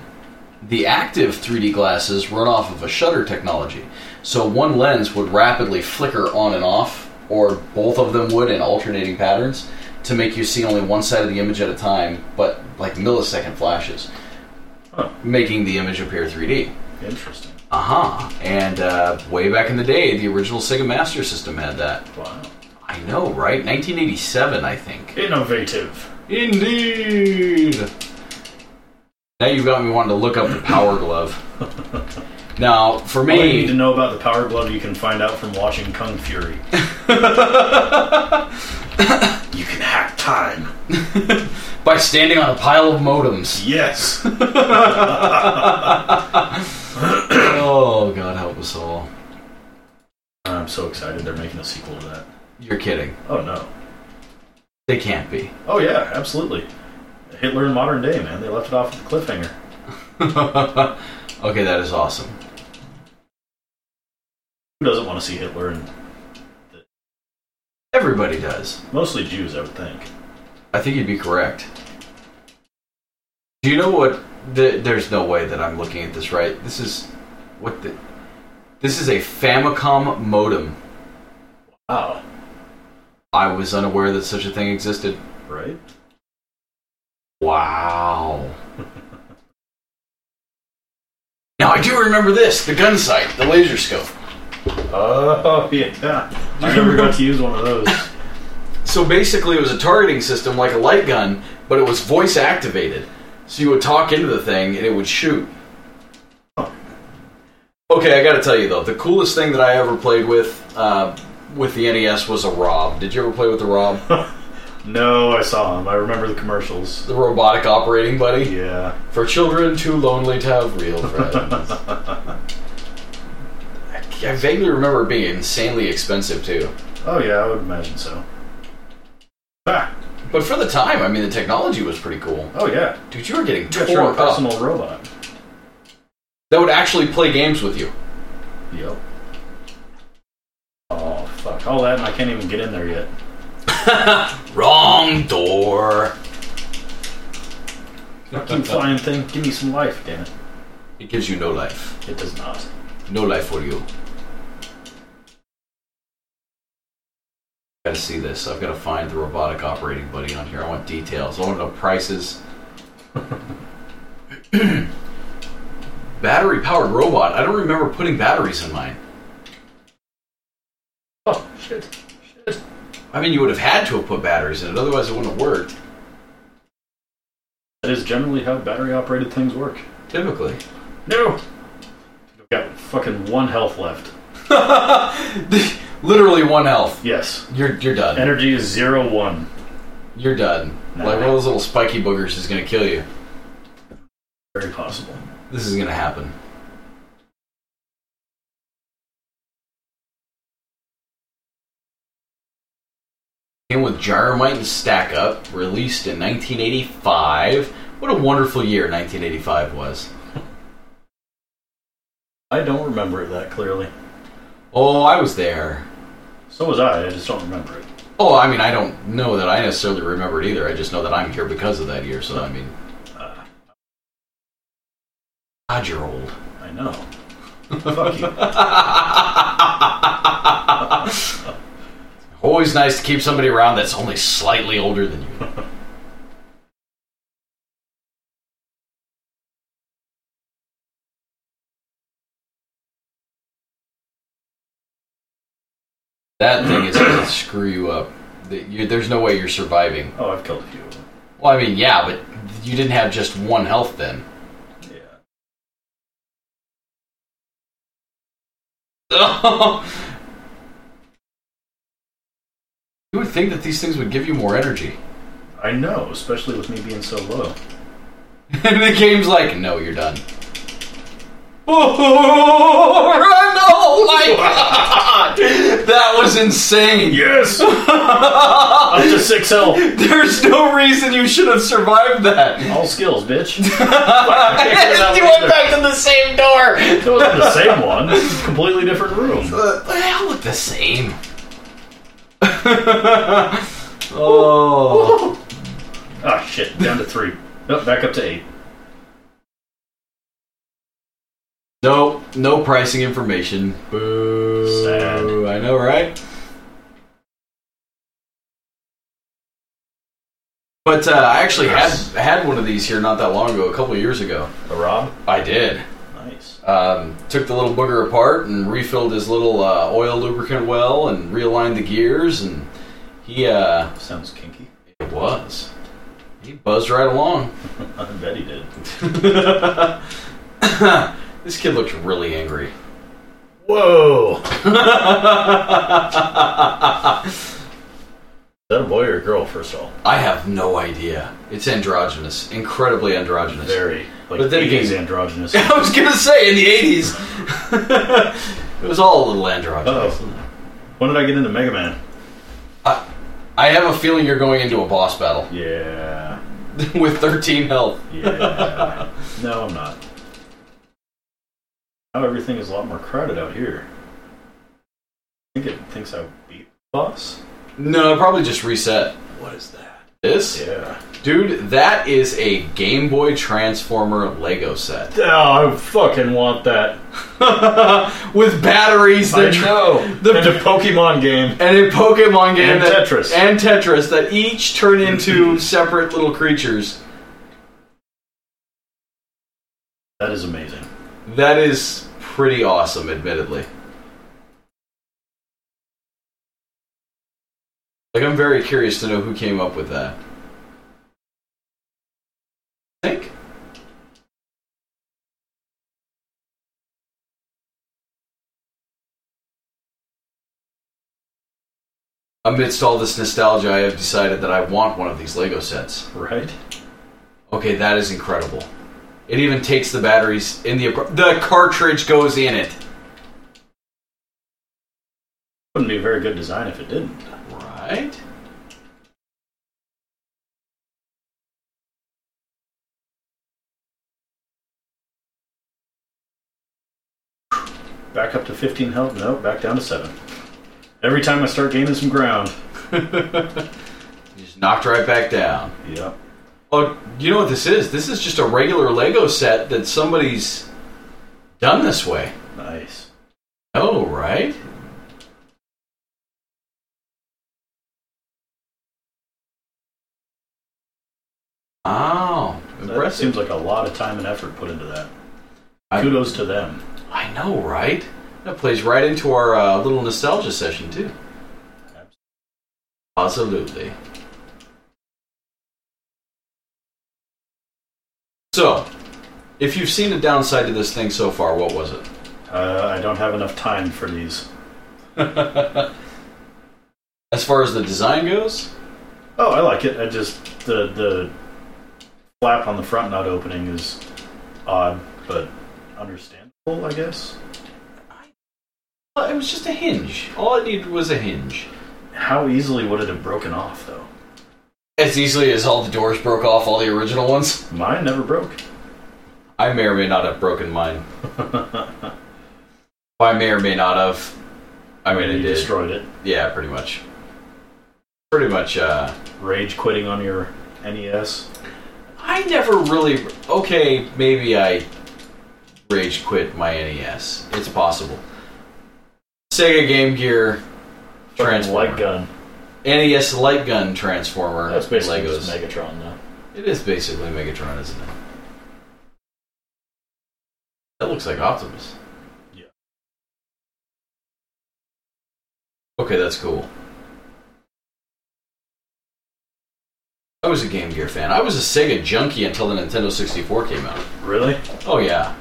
Speaker 1: the active 3D glasses run off of a shutter technology, so one lens would rapidly flicker on and off, or both of them would in alternating patterns to make you see only one side of the image at a time, but like millisecond flashes,
Speaker 2: Huh.
Speaker 1: making the image appear 3D.
Speaker 2: Interesting.
Speaker 1: Uh-huh. And uh, way back in the day, the original Sega Master System had that.
Speaker 2: Wow.
Speaker 1: I know, right? 1987, I think.
Speaker 2: Innovative.
Speaker 1: Indeed. Now you've got me wanting to look up the Power Glove. now, for
Speaker 2: All you need to
Speaker 1: me,
Speaker 2: know about the Power Glove you can find out from watching Kung Fury. you can hack time.
Speaker 1: by standing on a pile of modems.
Speaker 2: Yes.
Speaker 1: Oh, God help us all.
Speaker 2: I'm so excited they're making a sequel to that.
Speaker 1: You're kidding.
Speaker 2: Oh no.
Speaker 1: They can't be. [laughs]
Speaker 2: Oh yeah, absolutely. Hitler in modern day, man. They left it off with a cliffhanger.
Speaker 1: okay, that is awesome.
Speaker 2: Who doesn't want to see Hitler? And
Speaker 1: Everybody does.
Speaker 2: mostly Jews, I would think.
Speaker 1: I think you'd be correct. Do you know what? The, there's no way that I'm looking at this right. This is what the. This is a Famicom modem.
Speaker 2: Wow.
Speaker 1: I was unaware that such a thing existed.
Speaker 2: Right?
Speaker 1: Wow. now I do remember this: the gun sight, the laser scope.
Speaker 2: Oh [laughs] yeah. I never got to use one of those.
Speaker 1: So basically, it was a targeting system like a light gun, but it was voice activated. So you would talk into the thing and it would shoot. Okay, I gotta tell you though, the coolest thing that I ever played with uh, with the NES was a Rob. Did you ever play with the Rob,
Speaker 2: No, I saw him. I remember the commercials.
Speaker 1: the robotic operating buddy
Speaker 2: Yeah. [laughs]
Speaker 1: for children too lonely to have real friends? I- I vaguely remember it being insanely expensive too,
Speaker 2: Oh yeah, I would imagine so. Ah,
Speaker 1: but for the time, I mean, the technology was pretty cool.
Speaker 2: oh yeah.
Speaker 1: Dude, you were getting
Speaker 2: You got your
Speaker 1: tore
Speaker 2: own
Speaker 1: up.
Speaker 2: personal robot.
Speaker 1: That would actually play games with you.
Speaker 2: Yep. Oh fuck! All that, and I can't even get in
Speaker 1: [laughs]
Speaker 2: there yet.
Speaker 1: Wrong door.
Speaker 2: Fucking flying thing, give me some life, damn it!
Speaker 1: It gives you no life.
Speaker 2: It does not.
Speaker 1: No life for you. Gotta see this. I've gotta find the robotic operating buddy on here. I want details. I want to know prices. [clears throat] Battery powered robot. I don't remember putting batteries in mine.
Speaker 2: Oh shit! Shit!
Speaker 1: I mean, you would have had to have put batteries in it, otherwise, it wouldn't have worked.
Speaker 2: That is generally how battery-operated things work.
Speaker 1: Typically.
Speaker 2: No. I've got fucking one health left.
Speaker 1: [laughs] Literally one health.
Speaker 2: Yes.
Speaker 1: You're, you're done.
Speaker 2: Energy is zero one.
Speaker 1: You're done.
Speaker 2: Nah.
Speaker 1: Like one of those little spiky boogers is gonna kill you.
Speaker 2: Very possible.
Speaker 1: This is gonna happen. Came with Gyromite and Stack Up, released in 1985. What a wonderful year 1985 was.
Speaker 2: I don't remember it that clearly.
Speaker 1: Oh, I was there.
Speaker 2: So was I. I just don't remember it.
Speaker 1: Oh, I mean, I don't know that I necessarily remember it either. I just know that I'm here because of that year. So I mean,
Speaker 2: Uh,
Speaker 1: God, you're old.
Speaker 2: I know. Fuck you.
Speaker 1: Always nice to keep somebody around that's only slightly older than you. that thing is going to screw you up. That you- There's no way you're surviving.
Speaker 2: Oh, I've killed a few of them.
Speaker 1: Well, I mean, yeah, but you didn't have just one health then.
Speaker 2: Yeah.
Speaker 1: [laughs] you would think that these things would give you more energy. [laughs]
Speaker 2: I know, especially with me being so low.
Speaker 1: [laughs] and the game's like, no, you're done. Oh my god! That was insane.
Speaker 2: [laughs] Yes! Up to 6L.
Speaker 1: There's no reason you should have survived [laughs] that.
Speaker 2: All skills, bitch.
Speaker 1: you went back to the same door.
Speaker 2: It wasn't the same one. This is a completely different room.
Speaker 1: The, the hell with the same. [laughs] [laughs] oh.
Speaker 2: Ah, shit. Down to three. Nope, back up to eight.
Speaker 1: No, no pricing information. Boo.
Speaker 2: Sad.
Speaker 1: I know, right? But uh, I actually had
Speaker 2: Yes.
Speaker 1: had one of these here not that long ago, a couple years ago.
Speaker 2: The Rob?
Speaker 1: I did.
Speaker 2: Nice.
Speaker 1: Um, took the little booger apart and refilled his little uh, oil lubricant well and realigned the gears and he uh,
Speaker 2: Sounds kinky.
Speaker 1: it was he buzzed right along.
Speaker 2: I bet he did.
Speaker 1: This kid looked really angry.
Speaker 2: [laughs] Whoa! Is that a boy or a girl, first of all?
Speaker 1: I have no idea. It's androgynous, incredibly androgynous.
Speaker 2: Very. Like,
Speaker 1: But then
Speaker 2: 80s
Speaker 1: again-
Speaker 2: [laughs]
Speaker 1: [laughs]
Speaker 2: androgynous.
Speaker 1: I was gonna say in the eighties, [laughs] it was all a little androgynous.
Speaker 2: oh When did I get into Mega Man?
Speaker 1: I have a feeling you're going into a boss battle [laughs]
Speaker 2: Yeah.
Speaker 1: with 13 health.
Speaker 2: [laughs] Yeah. no, I'm not. Now everything is a lot more crowded out here. I think it thinks I beat the boss.
Speaker 1: No, probably just reset.
Speaker 2: What is that?
Speaker 1: This,
Speaker 2: Yeah.
Speaker 1: dude, that is a Game Boy Transformer Lego set. [laughs]
Speaker 2: Oh, I fucking want that.
Speaker 1: with [laughs] batteries
Speaker 2: I
Speaker 1: that
Speaker 2: know.
Speaker 1: the-
Speaker 2: and a Pokemon game.
Speaker 1: and a Pokemon game
Speaker 2: And
Speaker 1: that,
Speaker 2: Tetris.
Speaker 1: and Tetris that each turn
Speaker 2: [laughs]
Speaker 1: into separate little creatures.
Speaker 2: That is amazing.
Speaker 1: That is pretty awesome, admittedly. Like I'm very curious to know who came up with that. Think? Amidst all this nostalgia, I have decided that I want one of these Lego sets.
Speaker 2: Right?
Speaker 1: Okay, that is incredible. It even takes the batteries in the appro- the cartridge goes in it.
Speaker 2: Wouldn't be a very good design if it didn't.
Speaker 1: Right?
Speaker 2: Back up to 15 health. No, back down to 7. Every time I start gaining some ground.
Speaker 1: You just knocked right back down.
Speaker 2: Yeah.
Speaker 1: Oh, you know what this is? This is just a regular Lego set that somebody's done this way.
Speaker 2: Nice.
Speaker 1: Oh, right? Oh,
Speaker 2: That
Speaker 1: impressive.
Speaker 2: seems like a lot of time and effort put into that.
Speaker 1: I-
Speaker 2: Kudos to them.
Speaker 1: I know, right? That plays right into our uh, little nostalgia session, too. Absolutely. So, if you've seen a downside to this thing so far, what was it?
Speaker 2: Uh, I don't have enough time for these.
Speaker 1: [laughs] As far as the design goes,
Speaker 2: Oh, I like it. I just the the flap on the front not opening is odd, but understandable, I guess.
Speaker 1: uh, it was just a hinge. All it needed was a hinge.
Speaker 2: How easily would it have broken off though?
Speaker 1: As easily as all the doors broke off all the original ones,
Speaker 2: Mine never broke.
Speaker 1: I may or may not have broken mine. I may or may not have. I mean, it
Speaker 2: you
Speaker 1: did.
Speaker 2: destroyed it.
Speaker 1: Yeah, pretty much. Pretty much. Uh,
Speaker 2: Rage quitting on your E NES.
Speaker 1: I never really. Okay, maybe I rage quit my NES. It's possible. Sega Game Gear
Speaker 2: Fucking
Speaker 1: Transformer.
Speaker 2: light gun.
Speaker 1: NES Light Gun Transformer.
Speaker 2: That's basically
Speaker 1: Legos.
Speaker 2: just Megatron though.
Speaker 1: it is basically Megatron, isn't it? That looks like Optimus.
Speaker 2: Yeah.
Speaker 1: Okay, that's cool. I was a Game Gear fan. I was a Sega junkie until the Nintendo 64 came out.
Speaker 2: Really?
Speaker 1: Oh yeah.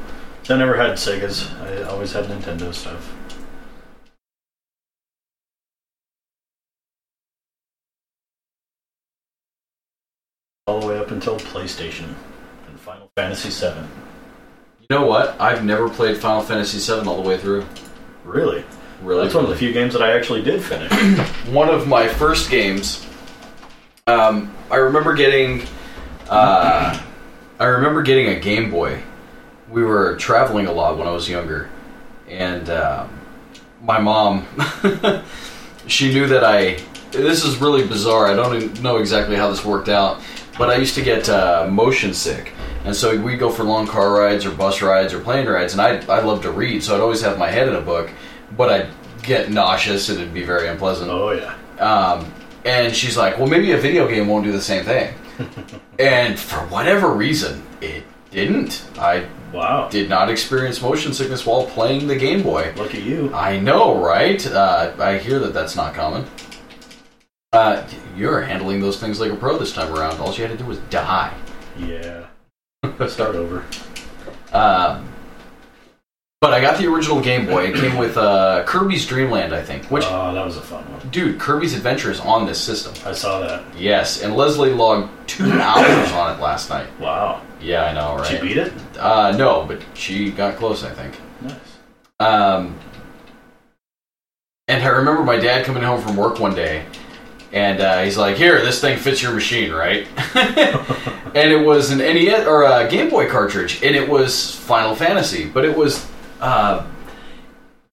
Speaker 2: I never had Segas. I always had Nintendo stuff. All the way up until PlayStation and Final Fantasy VII.
Speaker 1: You know what? I've never played Final Fantasy VII all the way through.
Speaker 2: Really?
Speaker 1: Really,
Speaker 2: That's one of the
Speaker 1: really.
Speaker 2: few games that I actually did finish.
Speaker 1: [coughs] one of my first games. Um, I remember getting, uh, I remember getting a Game Boy. We were traveling a lot when I was younger, and um, my mom, [laughs] she knew that I. This is really bizarre. I don't even know exactly how this worked out, but I used to get uh, motion sick, and so we'd go for long car rides or bus rides or plane rides, and I I love to read, so I'd always have my head in a book, but I'd get nauseous and it'd be very unpleasant.
Speaker 2: oh yeah.
Speaker 1: Um, and she's like, well, maybe a video game won't do the same thing. and for whatever reason, it didn't. I
Speaker 2: Wow.
Speaker 1: did not experience motion sickness while playing the Game Boy.
Speaker 2: Look at you.
Speaker 1: I know, right? Uh, I hear that that's not common. Uh, you're handling those things like a pro this time around. All she had to do was die.
Speaker 2: Yeah. Start over.
Speaker 1: Um, but I got the original Game Boy. It came with uh, Kirby's Dream Land, I think. Which,
Speaker 2: Oh, that was a fun one.
Speaker 1: dude, Kirby's Adventure is on this system.
Speaker 2: I saw that.
Speaker 1: Yes, and Leslie logged two hours on it last night.
Speaker 2: Wow.
Speaker 1: Yeah, I know,
Speaker 2: Did you
Speaker 1: right?
Speaker 2: beat it?
Speaker 1: Uh, no, but she got close, I think.
Speaker 2: Nice.
Speaker 1: Um, and I remember my dad coming home from work one day, and uh, he's like, "Here, this thing fits your machine, right?" [laughs] and it was an NES or a Game Boy cartridge, and it was Final Fantasy, but it was. Uh,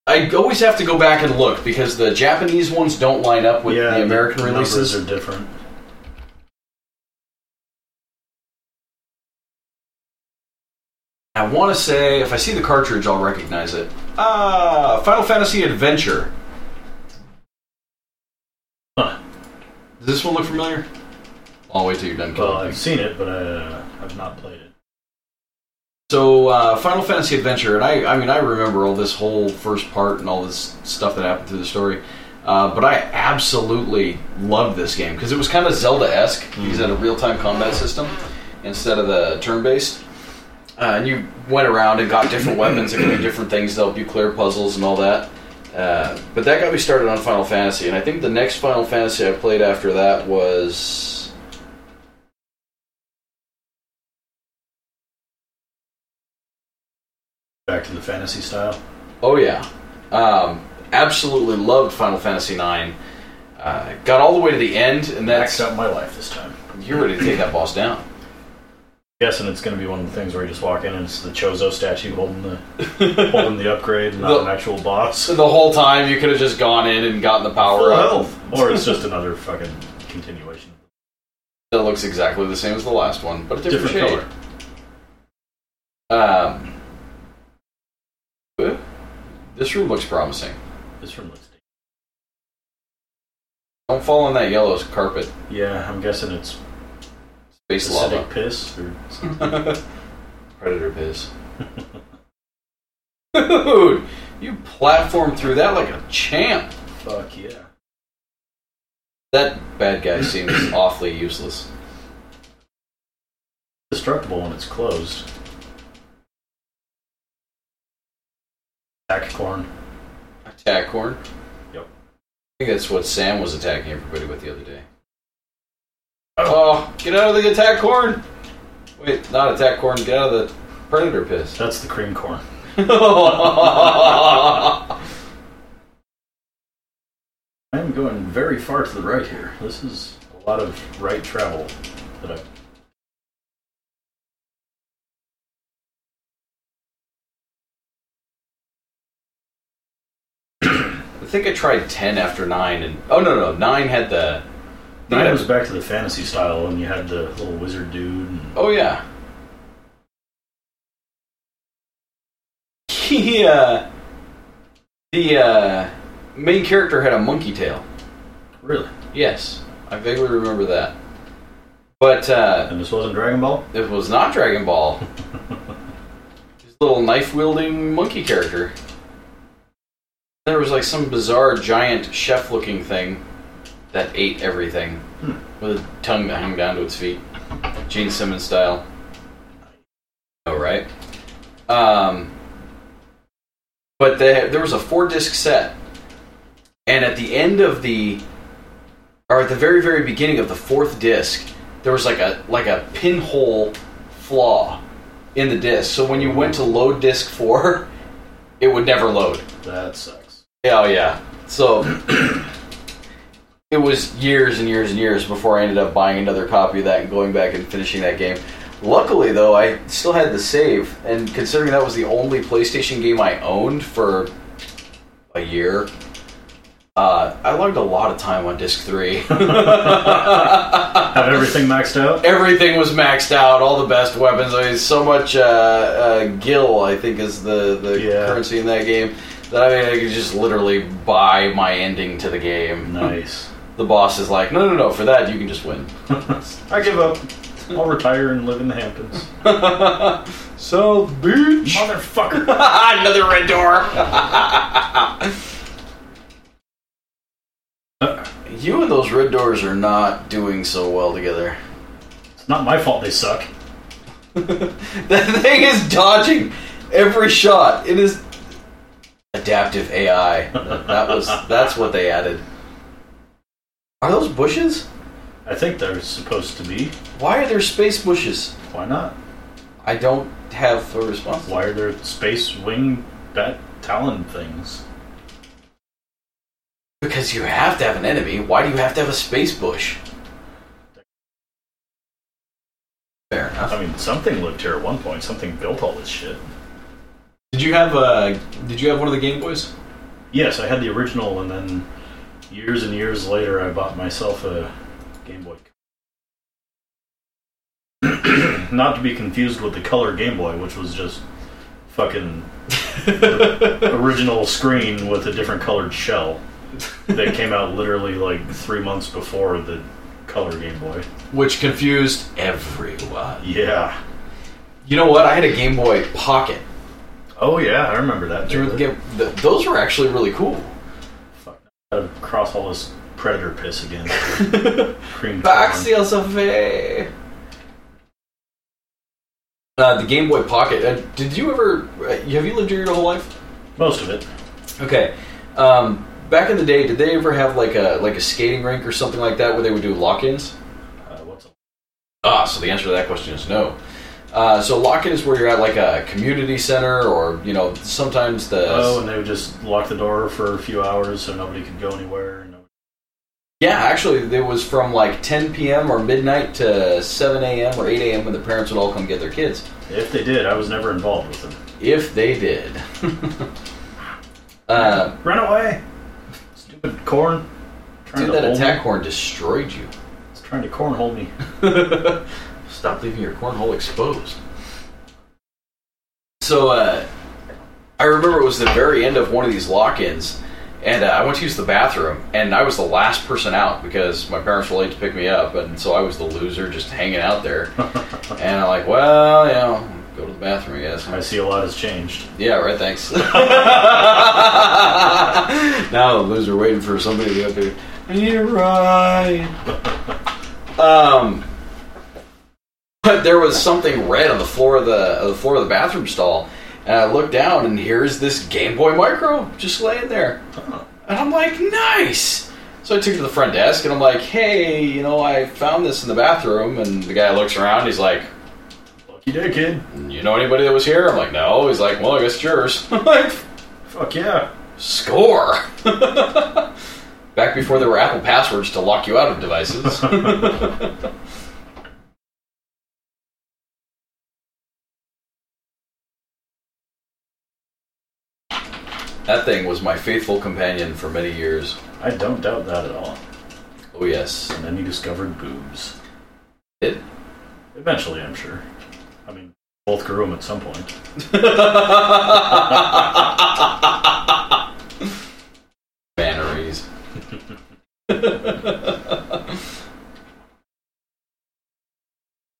Speaker 1: I always have to go back and look because the Japanese ones don't line up with
Speaker 2: yeah.
Speaker 1: the American
Speaker 2: numbers
Speaker 1: releases.
Speaker 2: are different.
Speaker 1: I want to say, if I see the cartridge, I'll recognize it. Ah, Final Fantasy Adventure.
Speaker 2: Huh.
Speaker 1: Does this one look familiar? I'll wait till you're done
Speaker 2: Well,
Speaker 1: killing
Speaker 2: I've
Speaker 1: things.
Speaker 2: seen it, but uh, I've not played it.
Speaker 1: So, uh, Final Fantasy Adventure, and I, I mean, I remember all this whole first part and all this stuff that happened through the story. Uh, but I absolutely loved this game because it was kind of Zelda-esque. Because it had a real-time combat system instead of the turn-based. Uh, and you went around and got different weapons and doing different things to help you clear puzzles and all that. Uh, but that got me started on Final Fantasy, and I think the next Final Fantasy I played after that was.
Speaker 2: Back to the fantasy style.
Speaker 1: Oh yeah, um, absolutely loved Final Fantasy IX. Uh, got all the way to the end, and that's
Speaker 2: Maxed out my life this time.
Speaker 1: you're ready to take that boss down.
Speaker 2: Guessing it's going to be one of the things where you just walk in and it's the Chozo statue
Speaker 1: [laughs]
Speaker 2: holding the holding the upgrade, not
Speaker 1: The-
Speaker 2: an actual boss.
Speaker 1: So the whole time you could have just gone in and gotten the power
Speaker 2: Full
Speaker 1: up.
Speaker 2: health, or it's just another fucking continuation.
Speaker 1: That looks exactly the same as the last one, but a [laughs] different,
Speaker 2: Different
Speaker 1: shade.
Speaker 2: color.
Speaker 1: Um, but this room looks promising.
Speaker 2: This room looks. deep.
Speaker 1: Don't fall on that yellow carpet.
Speaker 2: Yeah, I'm guessing it's
Speaker 1: Space lava. Hmm.
Speaker 2: acidic piss or something.
Speaker 1: Predator piss. Dude, you platformed through that like a champ.
Speaker 2: [laughs] Fuck yeah.
Speaker 1: That bad guy seems
Speaker 2: [clears throat]
Speaker 1: awfully useless.
Speaker 2: Destructible when it's closed. Attack corn.
Speaker 1: Attack horn.
Speaker 2: Yep.
Speaker 1: I think that's what Sam was attacking everybody with the other day.
Speaker 2: Oh.
Speaker 1: Oh, get out of the attack horn! Wait, not attack horn. Get out of the predator
Speaker 2: [laughs]
Speaker 1: piss.
Speaker 2: That's the cream corn.
Speaker 1: oh,
Speaker 2: I am going very far to the right here. This is a lot of right travel that I've.
Speaker 1: I think I tried ten after nine, and oh no no nine had the
Speaker 2: Nine was back to the fantasy style, and you had the little wizard dude. And
Speaker 1: Oh yeah. [laughs] He uh, the uh, main character had a monkey tail.
Speaker 2: really?
Speaker 1: Yes, I vaguely remember that. But uh,
Speaker 2: And this wasn't Dragon Ball?
Speaker 1: it was not Dragon Ball. His little knife wielding monkey character. There was like some bizarre giant chef looking thing that ate everything with a tongue that hung down to its feet. Gene Simmons style. Oh, right? Um, but they, there was a four disc set. And at the end of the. Or at the very, very beginning of the fourth disc, there was like a like a pinhole flaw in the disc. So when you went to load disc four, [laughs] it would never load.
Speaker 2: That sucks.
Speaker 1: Oh yeah. So [clears throat] it was years and years and years before I ended up buying another copy of that and going back and finishing that game. Luckily though, I still had the save, and considering that was the only PlayStation game I owned for a year, uh, I logged a lot of time on disc three. [laughs]
Speaker 2: Have everything maxed out?
Speaker 1: everything was maxed out, all the best weapons. I mean, so much uh, uh, gil, I think, is the, the
Speaker 2: Yeah.
Speaker 1: currency in that game that I, mean, I could just literally buy my ending to the game.
Speaker 2: Nice. [laughs]
Speaker 1: The boss is like, no, no, no, for that you can just win.
Speaker 2: I give up. I'll retire and live in the Hamptons.
Speaker 1: So, bitch! [laughs]
Speaker 2: Motherfucker.
Speaker 1: Another red door! [laughs] Uh. you and those red doors are not doing so well together. [laughs]
Speaker 2: It's not my fault they suck.
Speaker 1: That thing is dodging every shot. It is adaptive AI. That was that's what they added. Are those bushes?
Speaker 2: I think they're supposed to be.
Speaker 1: Why are there space bushes?
Speaker 2: Why not?
Speaker 1: I don't have a response.
Speaker 2: Why are there space wing bat talon things?
Speaker 1: Because you have to have an enemy. Why do you have to have a space bush? Fair enough.
Speaker 2: I mean, something lived here at one point. Something built all this shit.
Speaker 1: Did you have uh Did you have one of the Game Boys?
Speaker 2: Yes, I had the original, and then years and years later, I bought myself a Game Boy. [clears throat] Not to be confused with the color Game Boy, which was just fucking original screen with a different colored shell that came out literally like three months before the color Game Boy.
Speaker 1: Which confused everyone.
Speaker 2: Yeah.
Speaker 1: You know what? I had a Game Boy Pocket.
Speaker 2: Oh yeah, I remember that.
Speaker 1: Do you remember the Game- th- those were actually really cool.
Speaker 2: Fuck. I had to cross all this predator piss
Speaker 1: [laughs]
Speaker 2: again. Cream corn.
Speaker 1: Backseal Sophie. Uh, the Game Boy Pocket. Uh, did you ever? uh, Have you lived here your whole life?
Speaker 2: Most of it.
Speaker 1: Okay. Um, back in the day, did they ever have like a like a skating rink or something like that where they would do lock-ins?
Speaker 2: Uh, what's up?
Speaker 1: Ah, so the answer to that question is no. Uh, so lock-in is where you're at like a community center or you know sometimes the
Speaker 2: Oh, and they would just lock the door for a few hours so nobody could go anywhere. and nobody-
Speaker 1: Yeah, actually, it was from like 10 p.m. or midnight to 7 a.m. or 8 a.m. when the parents would all come get their kids.
Speaker 2: If they did, I was never involved with them.
Speaker 1: If they did. [laughs] uh,
Speaker 2: Run away! Stupid corn. Trying
Speaker 1: dude, that
Speaker 2: hold
Speaker 1: attack
Speaker 2: Me.
Speaker 1: horn destroyed you.
Speaker 2: It's trying to cornhole me.
Speaker 1: Stop leaving your cornhole exposed. So, uh, I remember it was the very end of one of these lock ins, and uh, I went to use the bathroom, and I was the last person out because my parents were late to pick me up, and so I was the loser just hanging out there. and I'm like, well, you know, go to the bathroom, I guess.
Speaker 2: I see a lot has changed.
Speaker 1: Yeah, right, thanks. [laughs] now the loser waiting for somebody to go through. I need a ride. Um, but there was something red on the floor of the of the floor of the bathroom stall, and I looked down, and here's this Game Boy Micro just laying there, and I'm like, nice. So I took it to the front desk, and I'm like, hey, you know, I found this in the bathroom, and the guy looks around, he's like,
Speaker 2: Lucky day, kid.
Speaker 1: you know anybody that was here? I'm like, no. He's like, well, I guess it's yours. [laughs] I'm like,
Speaker 2: Fuck yeah.
Speaker 1: score. [laughs] Back before there were Apple passwords to lock you out of devices. that thing was my faithful companion for many years.
Speaker 2: I don't doubt that at all.
Speaker 1: Oh
Speaker 2: [laughs]
Speaker 1: yes,
Speaker 2: And then you discovered boobs.
Speaker 1: it.
Speaker 2: Eventually, I'm sure. I mean, both grew them at some point. [laughs]
Speaker 1: Banneries. [laughs]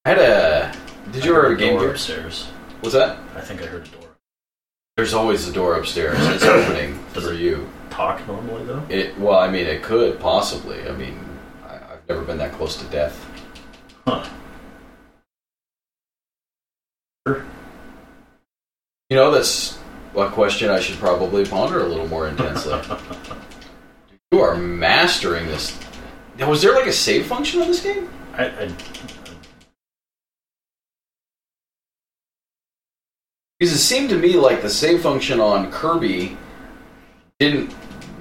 Speaker 1: I had a. Did you
Speaker 2: I heard
Speaker 1: ever have a Game
Speaker 2: door
Speaker 1: Gear?
Speaker 2: upstairs?
Speaker 1: What's that?
Speaker 2: I think I heard a door.
Speaker 1: There's always a door upstairs. [coughs] It's opening
Speaker 2: Does
Speaker 1: for
Speaker 2: it-
Speaker 1: you.
Speaker 2: Talk normally though.
Speaker 1: It. Well, I mean, it could possibly. I mean, I, I've never been that close to death.
Speaker 2: Huh.
Speaker 1: You know, that's a question I should probably ponder a little more [laughs] intensely. you are mastering this. Now, was there like a save function on this game?
Speaker 2: I, I
Speaker 1: Because it seemed to me like the save function on Kirby didn't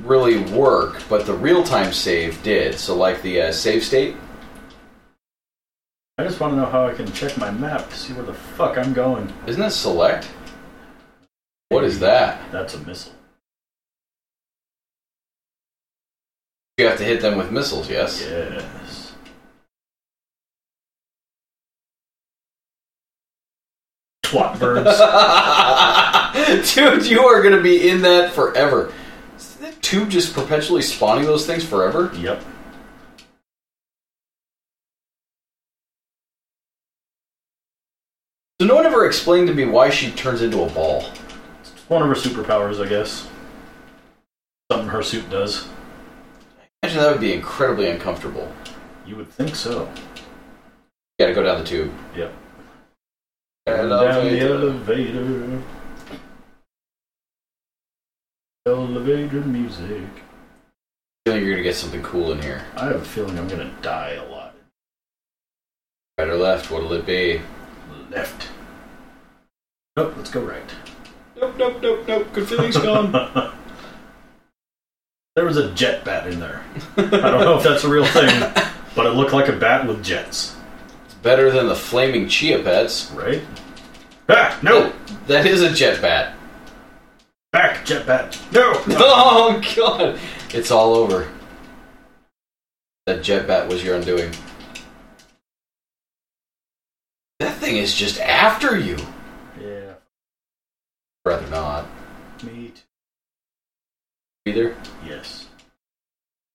Speaker 1: really work, but the real time save did. So, like the uh, save state.
Speaker 2: I just want to know how I can check my map to see where the fuck I'm going.
Speaker 1: Isn't that select? What is that?
Speaker 2: That's a missile.
Speaker 1: You have to hit them with missiles, yes?
Speaker 2: Yes. Twat
Speaker 1: [laughs]
Speaker 2: birds.
Speaker 1: Dude, you are going to be in that forever. Is the tube just perpetually spawning those things forever?
Speaker 2: yep.
Speaker 1: So, no one ever explained to me why she turns into a ball.
Speaker 2: One of her superpowers, I guess. Something her suit does.
Speaker 1: Imagine that would be incredibly uncomfortable.
Speaker 2: You would think so.
Speaker 1: gotta go down the tube.
Speaker 2: Yep. Down the
Speaker 1: Elevator.
Speaker 2: elevator. Elevator music.
Speaker 1: feeling you're gonna get something cool in here.
Speaker 2: I have a feeling I'm gonna die a lot.
Speaker 1: Right or left, what'll it be?
Speaker 2: Left. Nope, let's go right.
Speaker 1: Nope, nope, nope, nope. Good feeling's gone.
Speaker 2: [laughs] There was a jet bat in there. I don't know if that's a real thing, but it looked like a bat with jets,
Speaker 1: [laughs] it's better than the flaming chia pets.
Speaker 2: right? Ah, no!
Speaker 1: That is a jet bat.
Speaker 2: Back, jet bat! No!
Speaker 1: [laughs] Oh god. It's all over. That jet bat was your undoing. That thing is just after you.
Speaker 2: Yeah,
Speaker 1: Rather not.
Speaker 2: meat.
Speaker 1: Either.
Speaker 2: Yes.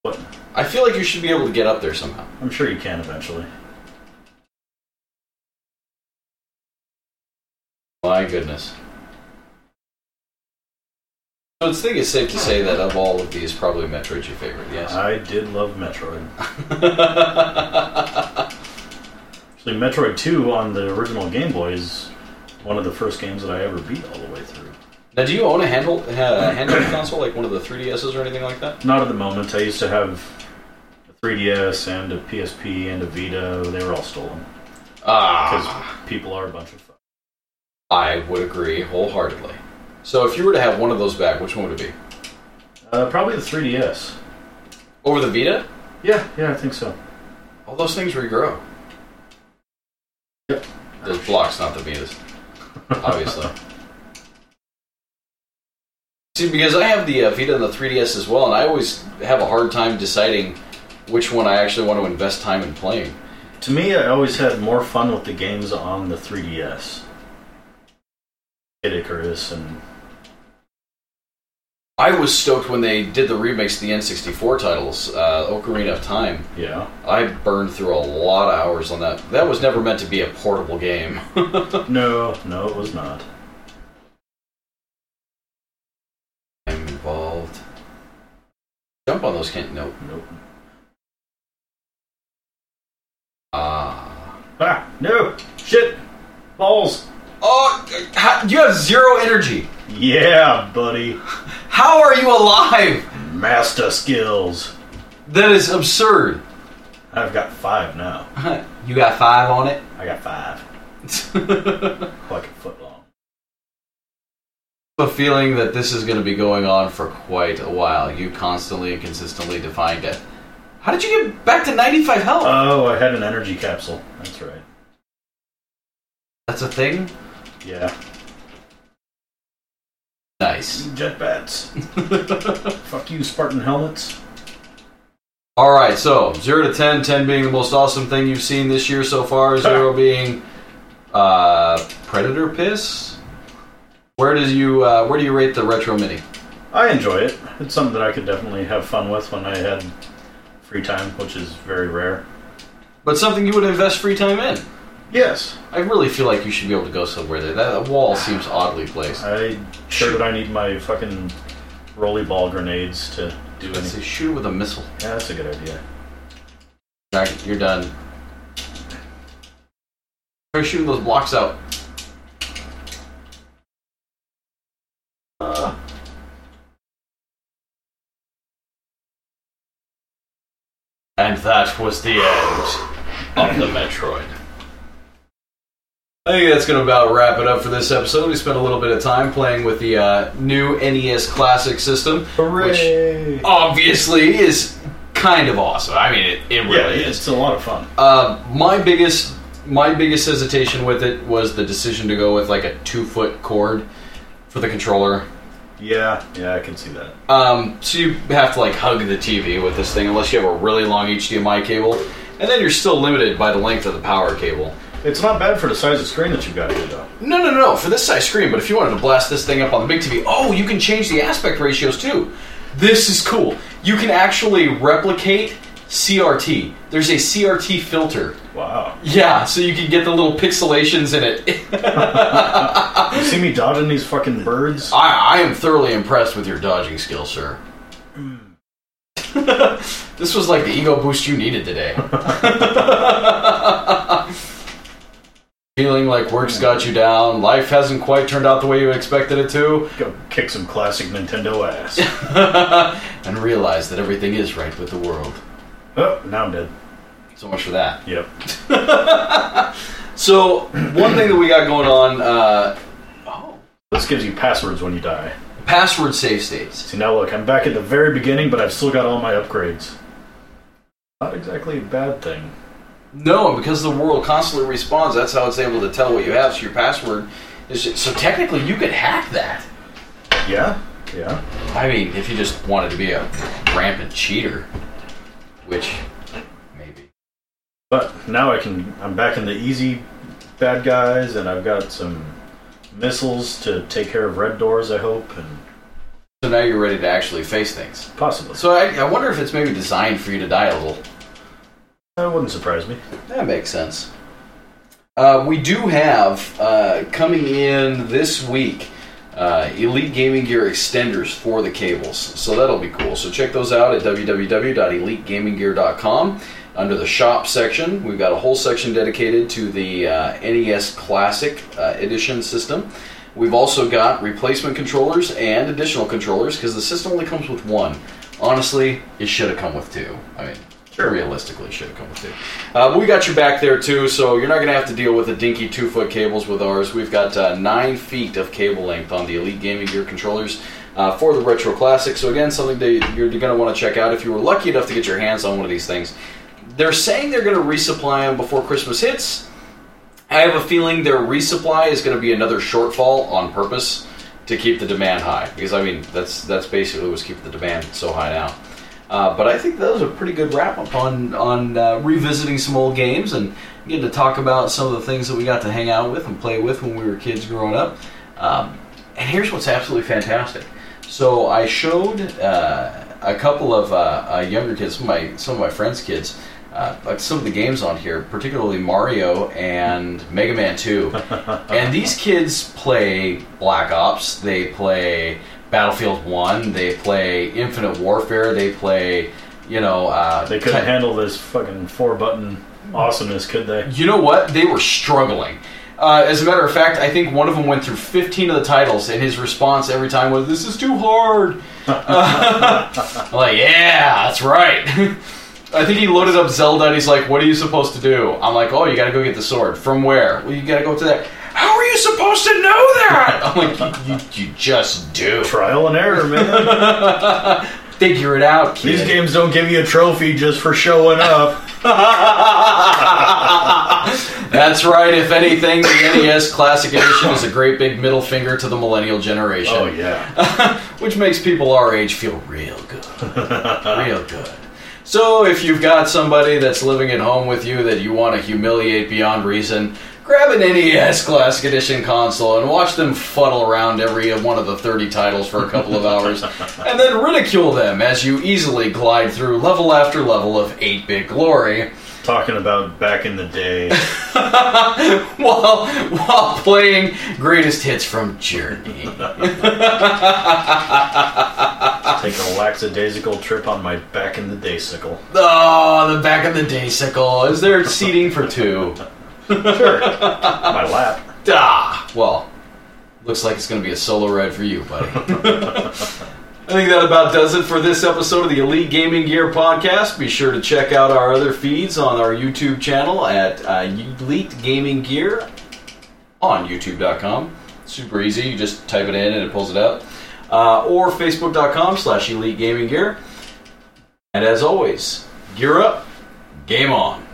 Speaker 2: What?
Speaker 1: I feel like you should be able to get up there somehow.
Speaker 2: I'm sure you can eventually.
Speaker 1: My goodness. So it's- I think it's safe to say that of all of these, probably Metroid's your favorite, yes?
Speaker 2: I did love Metroid. Actually, Metroid 2 on the original Game Boy is one of the first games that I ever beat all the way through.
Speaker 1: now, do you own a handheld, uh, handheld console, like one of the 3DSs or anything like that?
Speaker 2: Not at the moment. I used to have a 3DS and a PSP and a Vita. They were all stolen. Because
Speaker 1: Ah,
Speaker 2: people are a bunch of fuck.
Speaker 1: I would agree wholeheartedly. So if you were to have one of those back, which one would it be?
Speaker 2: Uh, probably the 3DS.
Speaker 1: Over the Vita?
Speaker 2: Yeah, yeah, I think so.
Speaker 1: All those things regrow.
Speaker 2: Yep.
Speaker 1: The blocks, not the Vitas. Obviously. [laughs] See, because I have the uh, Vita and the 3DS as well, and I always have a hard time deciding which one I actually want to invest time in playing.
Speaker 2: To me, I always had more fun with the games on the 3DS. Kid Icarus and
Speaker 1: I was stoked when they did the remakes of the N64 titles, uh, Ocarina of Time.
Speaker 2: yeah.
Speaker 1: I burned through a lot of hours on that. That was never meant to be a portable game. [laughs]
Speaker 2: No, no, it was not.
Speaker 1: I'm involved. Jump on those can't. Nope.
Speaker 2: Nope.
Speaker 1: Ah.
Speaker 2: Ah, no, shit, balls.
Speaker 1: Oh, how, you have zero energy.
Speaker 2: Yeah, buddy.
Speaker 1: How are you alive?
Speaker 2: Master skills.
Speaker 1: That is absurd. [laughs]
Speaker 2: I've got five now.
Speaker 1: You got five on it. [laughs]
Speaker 2: I got five,
Speaker 1: the
Speaker 2: like a foot long.
Speaker 1: feeling that this is going to be going on for quite a while. You constantly and consistently defying death. How did you get back to 95 health?
Speaker 2: Oh, I had an energy capsule. That's right.
Speaker 1: That's a thing?
Speaker 2: Yeah.
Speaker 1: Nice.
Speaker 2: Jet [laughs] bats. Fuck you, Spartan helmets.
Speaker 1: Alright, so 0 to 10, 10 being the most awesome thing you've seen this year so far, 0 being uh, Predator Piss. Where does you uh, where do you rate the retro mini?
Speaker 2: I enjoy it. It's something that I could definitely have fun with when I had free time, which is very rare.
Speaker 1: But something you would invest free time in.
Speaker 2: Yes.
Speaker 1: I really feel like you should be able to go somewhere there. That, that wall seems oddly placed.
Speaker 2: I sure that I need my fucking rolly ball grenades to do
Speaker 1: Let's
Speaker 2: anything.
Speaker 1: see, shoot it with a missile.
Speaker 2: Yeah, that's a good idea.
Speaker 1: Jack, you're done. Try shooting those blocks out.
Speaker 2: Uh,
Speaker 1: And that was the end of the Metroid. I think that's going to about wrap it up for this episode. We spent a little bit of time playing with the uh, new NES Classic system,
Speaker 2: Hooray!
Speaker 1: which obviously is kind of awesome. I mean, it, it
Speaker 2: yeah,
Speaker 1: really is.
Speaker 2: it's a lot of fun.
Speaker 1: Uh, my biggest my biggest hesitation with it was the decision to go with like a two foot cord for the controller.
Speaker 2: Yeah, yeah, I can see that.
Speaker 1: Um, so you have to like hug the TV with this thing unless you have a really long HDMI cable, and then you're still limited by the length of the power cable.
Speaker 2: It's not bad for the size of screen that you've got here, though.
Speaker 1: No, no, no, for this size screen. But if you wanted to blast this thing up on the big TV, oh, you can change the aspect ratios too. This is cool. You can actually replicate CRT. There's a CRT filter.
Speaker 2: Wow.
Speaker 1: Yeah, so you can get the little pixelations in it. [laughs]
Speaker 2: You see me dodging these fucking birds?
Speaker 1: I, I am thoroughly impressed with your dodging skill, sir. [laughs] this was like the ego boost you needed today. [laughs] Feeling like work's got you down, life hasn't quite turned out the way you expected it to, [laughs]
Speaker 2: Go kick some classic Nintendo [laughs] ass.
Speaker 1: and realize that everything is right with the world.
Speaker 2: oh, now I'm dead.
Speaker 1: So much for that.
Speaker 2: Yep.
Speaker 1: So, one thing that we got going on uh,
Speaker 2: This gives you passwords when you die.
Speaker 1: password save states.
Speaker 2: See, now look, I'm back at the very beginning, but I've still got all my upgrades. Not exactly a bad thing.
Speaker 1: No, and because the world constantly responds, that's how it's able to tell what you have. So, your password is. so, technically, you could hack that.
Speaker 2: Yeah? Yeah.
Speaker 1: I mean, if you just wanted to be a rampant cheater, which maybe.
Speaker 2: But now I can. I'm back in the easy bad guys, and I've got some missiles to take care of red doors, I hope, and
Speaker 1: So now you're ready to actually face things.
Speaker 2: possibly.
Speaker 1: So I, I wonder if it's maybe designed for you to die a little.
Speaker 2: That wouldn't surprise me.
Speaker 1: That makes sense. Uh, we do have uh, coming in this week uh, Elite Gaming Gear extenders for the cables. So that'll be cool. So check those out at www.elitegaminggear.com. Under the shop section, we've got a whole section dedicated to the uh, NES Classic uh, Edition system. We've also got replacement controllers and additional controllers because the system only comes with one. Honestly, it should have come with two. I mean,
Speaker 2: Sure.
Speaker 1: realistically, it should have come with two. Uh, we got your back there too, so you're not going to have to deal with the dinky two foot cables with ours. We've got uh, nine feet of cable length on the Elite Gaming Gear controllers. Uh, for the retro classic, so again, something that you're going to want to check out if you were lucky enough to get your hands on one of these things. They're saying they're going to resupply them before Christmas hits. I have a feeling their resupply is going to be another shortfall on purpose to keep the demand high. Because I mean, that's that's basically what's keeping the demand so high now. Uh, but I think that was a pretty good wrap up on on uh, revisiting some old games and getting to talk about some of the things that we got to hang out with and play with when we were kids growing up. Um, and here's what's absolutely fantastic. So I showed uh, a couple of uh, uh, younger kids, some of my some of my friends' kids, uh, like some of the games on here, particularly Mario and Mega Man Two.
Speaker 2: Uh-huh.
Speaker 1: and these kids play Black Ops. They play Battlefield One. They play Infinite Warfare. They play, you know, uh,
Speaker 2: They couldn't
Speaker 1: Ti-
Speaker 2: handle this fucking four button awesomeness, could they?
Speaker 1: you know what? They were struggling. Uh, as a matter of fact, I think one of them went through 15 of the titles, and his response every time was, "This is too hard."
Speaker 2: [laughs]
Speaker 1: Uh, I'm like, yeah, that's right. [laughs] I think he loaded up Zelda, and he's like, "What are you supposed to do?" I'm like, "Oh, you got to go get the sword from where? Well, you got to go to that." How are you supposed to know that? [laughs] I'm like, you, you, you just do.
Speaker 2: Trial and error, [laughs] man.
Speaker 1: Figure it out, kid.
Speaker 2: These games don't give you a trophy just for showing up.
Speaker 1: That's right. If anything, the NES Classic Edition is a great big middle finger to the millennial generation.
Speaker 2: Oh, yeah.
Speaker 1: which makes people our age feel real good. [laughs] real good. So if you've got somebody that's living at home with you that you want to humiliate beyond reason, grab an NES Classic Edition console and watch them fuddle around every one of the 30 titles for a couple of hours, and then ridicule them as you easily glide through level after level of 8-bit glory [laughs]
Speaker 2: Talking about back in the [laughs] day.
Speaker 1: while while playing greatest hits from Journey. [laughs]
Speaker 2: Take a lackadaisical trip on my back in the day sickle.
Speaker 1: Oh, the back of the day sickle. Is there seating for two?
Speaker 2: Sure. my lap.
Speaker 1: Ah, well, looks like it's going to be a solo ride for you, [laughs] buddy. I think that about does it for this episode of the Elite Gaming Gear Podcast. Be sure to check out our other feeds on our YouTube channel at uh, Elite Gaming Gear on youtube.com. Super easy. You just type it in and it pulls it up. Uh, or facebook.com slash elite gaming gear. And as always, gear up, game on.